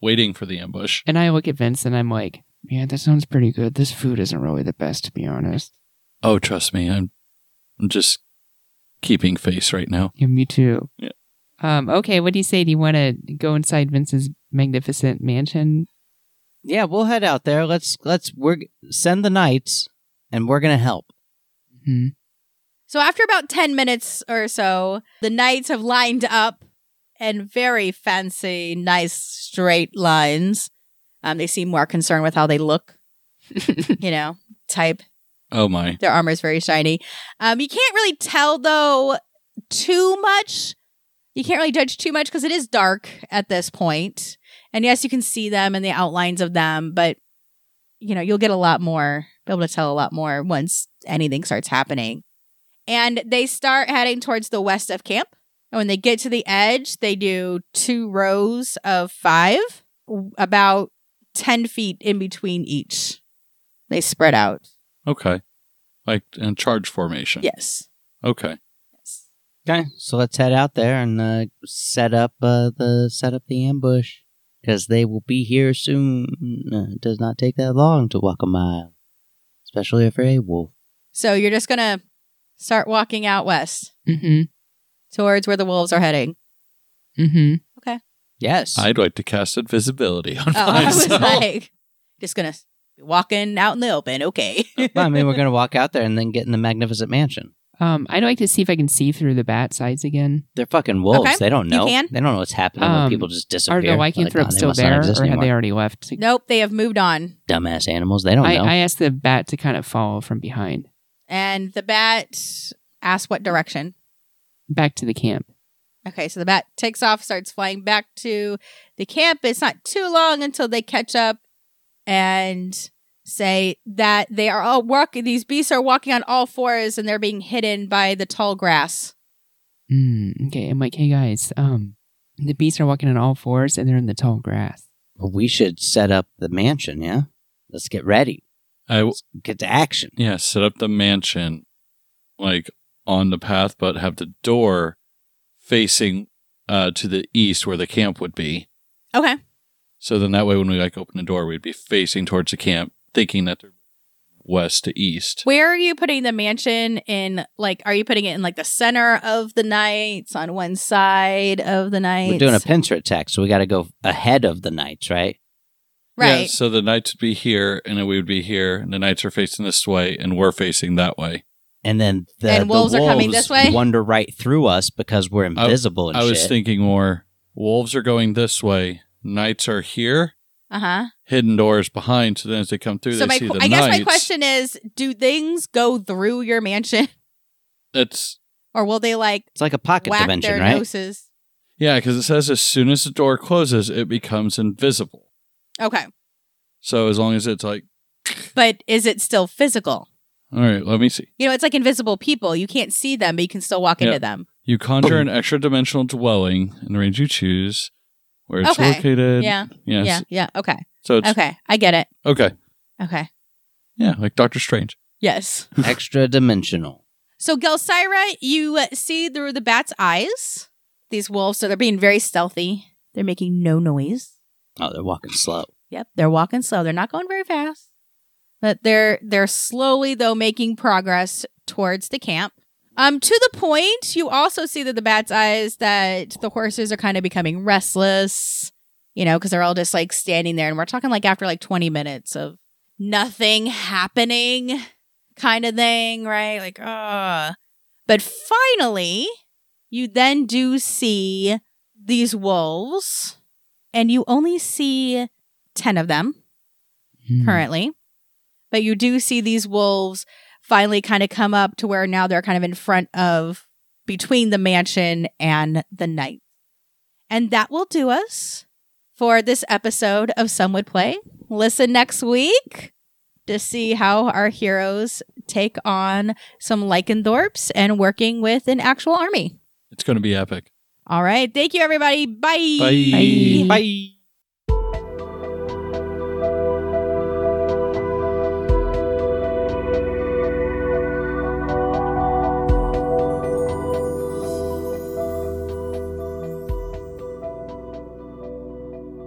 waiting for the ambush.
and I look at Vince and I'm like, yeah, that sounds pretty good. This food isn't really the best, to be honest.
Oh, trust me, I'm I'm just keeping face right now.
Yeah, me too.
Yeah.
Um, okay, what do you say? Do you want to go inside Vince's magnificent mansion?
Yeah, we'll head out there. Let's let's we're send the knights and we're going to help.
hmm
Mm-hmm.
So after about 10 minutes or so, the knights have lined up in very fancy, nice straight lines. Um, they seem more concerned with how they look, you know, type.
Oh my.
Their armor is very shiny. Um, you can't really tell, though, too much. You can't really judge too much because it is dark at this point. And yes, you can see them and the outlines of them, but, you know, you'll get a lot more, be able to tell a lot more once anything starts happening. And they start heading towards the west of camp. And when they get to the edge, they do two rows of five, w- about 10 feet in between each. They spread out.
Okay. Like in charge formation.
Yes.
Okay.
Okay, so let's head out there and uh, set up uh, the set up the ambush because they will be here soon. It does not take that long to walk a mile, especially if you're a wolf.
So you're just going to start walking out west
Mm-hmm.
towards where the wolves are heading.
Mm-hmm.
Yes,
I'd like to cast invisibility on
Oh, I was
myself.
like, just going to be walking out in the open. Okay.
Well, I mean we're gonna walk out there and then get in the magnificent mansion.
Um, I'd like to see if I can see through the bat sides again.
They're fucking wolves.
Okay,
They don't
you
know.
can.
They don't know what's happening when
Um,
people just disappear.
Are the lycanthropes
Like, oh, they
still
must not
there, or
exist
have they
anymore.
already left?
nope, they have moved on.
dumbass animals? They don't
I,
know.
I asked the bat to kind of follow from behind
And the bat asks what direction.
back to the camp.
Okay, so the bat takes off, starts flying back to the camp. It's not too long until they catch up and say that they are all walking, these beasts are walking on all fours and they're being hidden by the tall grass.
Mm, okay, I'm like, hey guys, um, the beasts are walking on all fours and they're in the tall grass.
Well, we should set up the mansion. Yeah, let's get ready.
I w-
Get to action.
yeah, set up the mansion like on the path, but have the door facing uh, to the east where the camp would be.
Okay.
So then that way, when we like open the door, we'd be facing towards the camp, thinking that they're west to east.
Where are you putting the mansion in? Like, are you putting it in like the center of the knights, on one side of the knights?
We're doing a pincer attack, so we got to go ahead of the knights, right?
right.
Yeah, so the knights would be here, and then we would be here, and the knights are facing this way, and we're facing that way.
And then the,
And
the
wolves are coming this way?
Wander right through us because we're
I-
invisible and
I was
shit.
thinking more wolves are going this way, knights are here,
Uh huh.
hidden doors behind. So then as they come through,
So
they
my,
see
qu-
the
I
knights.
guess my question is: Do things go through your mansion,
It's
or will they like
it's like a pocket
whack
dimension,
their
right?
noses?
yeah, because it says as soon as the door closes, it becomes invisible.
Okay,
So as long as it's like,
but is it still physical?
all right, let me see.
You know, it's like invisible people. You can't see them, but you can still walk
Yeah.
into them.
You conjure an extra dimensional dwelling in the range you choose, where it's
Okay.
located.
Yeah.
Yes.
Yeah. Yeah. Okay.
So it's
Okay. I get it.
okay.
Okay.
Yeah, like Doctor Strange.
Yes.
Extra dimensional.
So, Gelsira, you uh, see through the bat's eyes these wolves. So, they're being very stealthy. They're making no noise.
Oh, they're walking slow.
Yep, they're walking slow. They're not going very fast. But they're they're slowly though making progress towards the camp. Um to the point you also see that the bat's eyes that the horses are kind of becoming restless, you know, cuz they're all just like standing there and we're talking like after like 20 minutes of nothing happening kind of thing, right? Like uh but finally you then do see these wolves and you only see 10 of them
Hmm.
currently. But you do see these wolves finally kind of come up to where now they're kind of in front of between the mansion and the knight. And that will do us for this episode of Some Would Play. Listen next week to see how our heroes take on some Lycandorps and working with an actual army.
It's going to be epic.
All right. Thank you, everybody. Bye.
Bye.
Bye.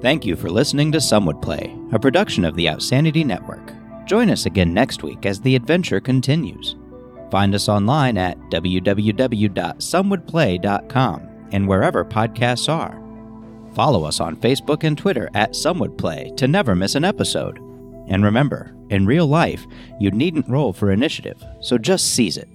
Thank you for listening to Some Would Play, a production of the Outsanity Network. Join us again next week as the adventure continues. Find us online at www.somewouldplay.com and wherever podcasts are. Follow us on Facebook and Twitter at Some Would Play to never miss an episode. And remember, in real life, you needn't roll for initiative, so just seize it.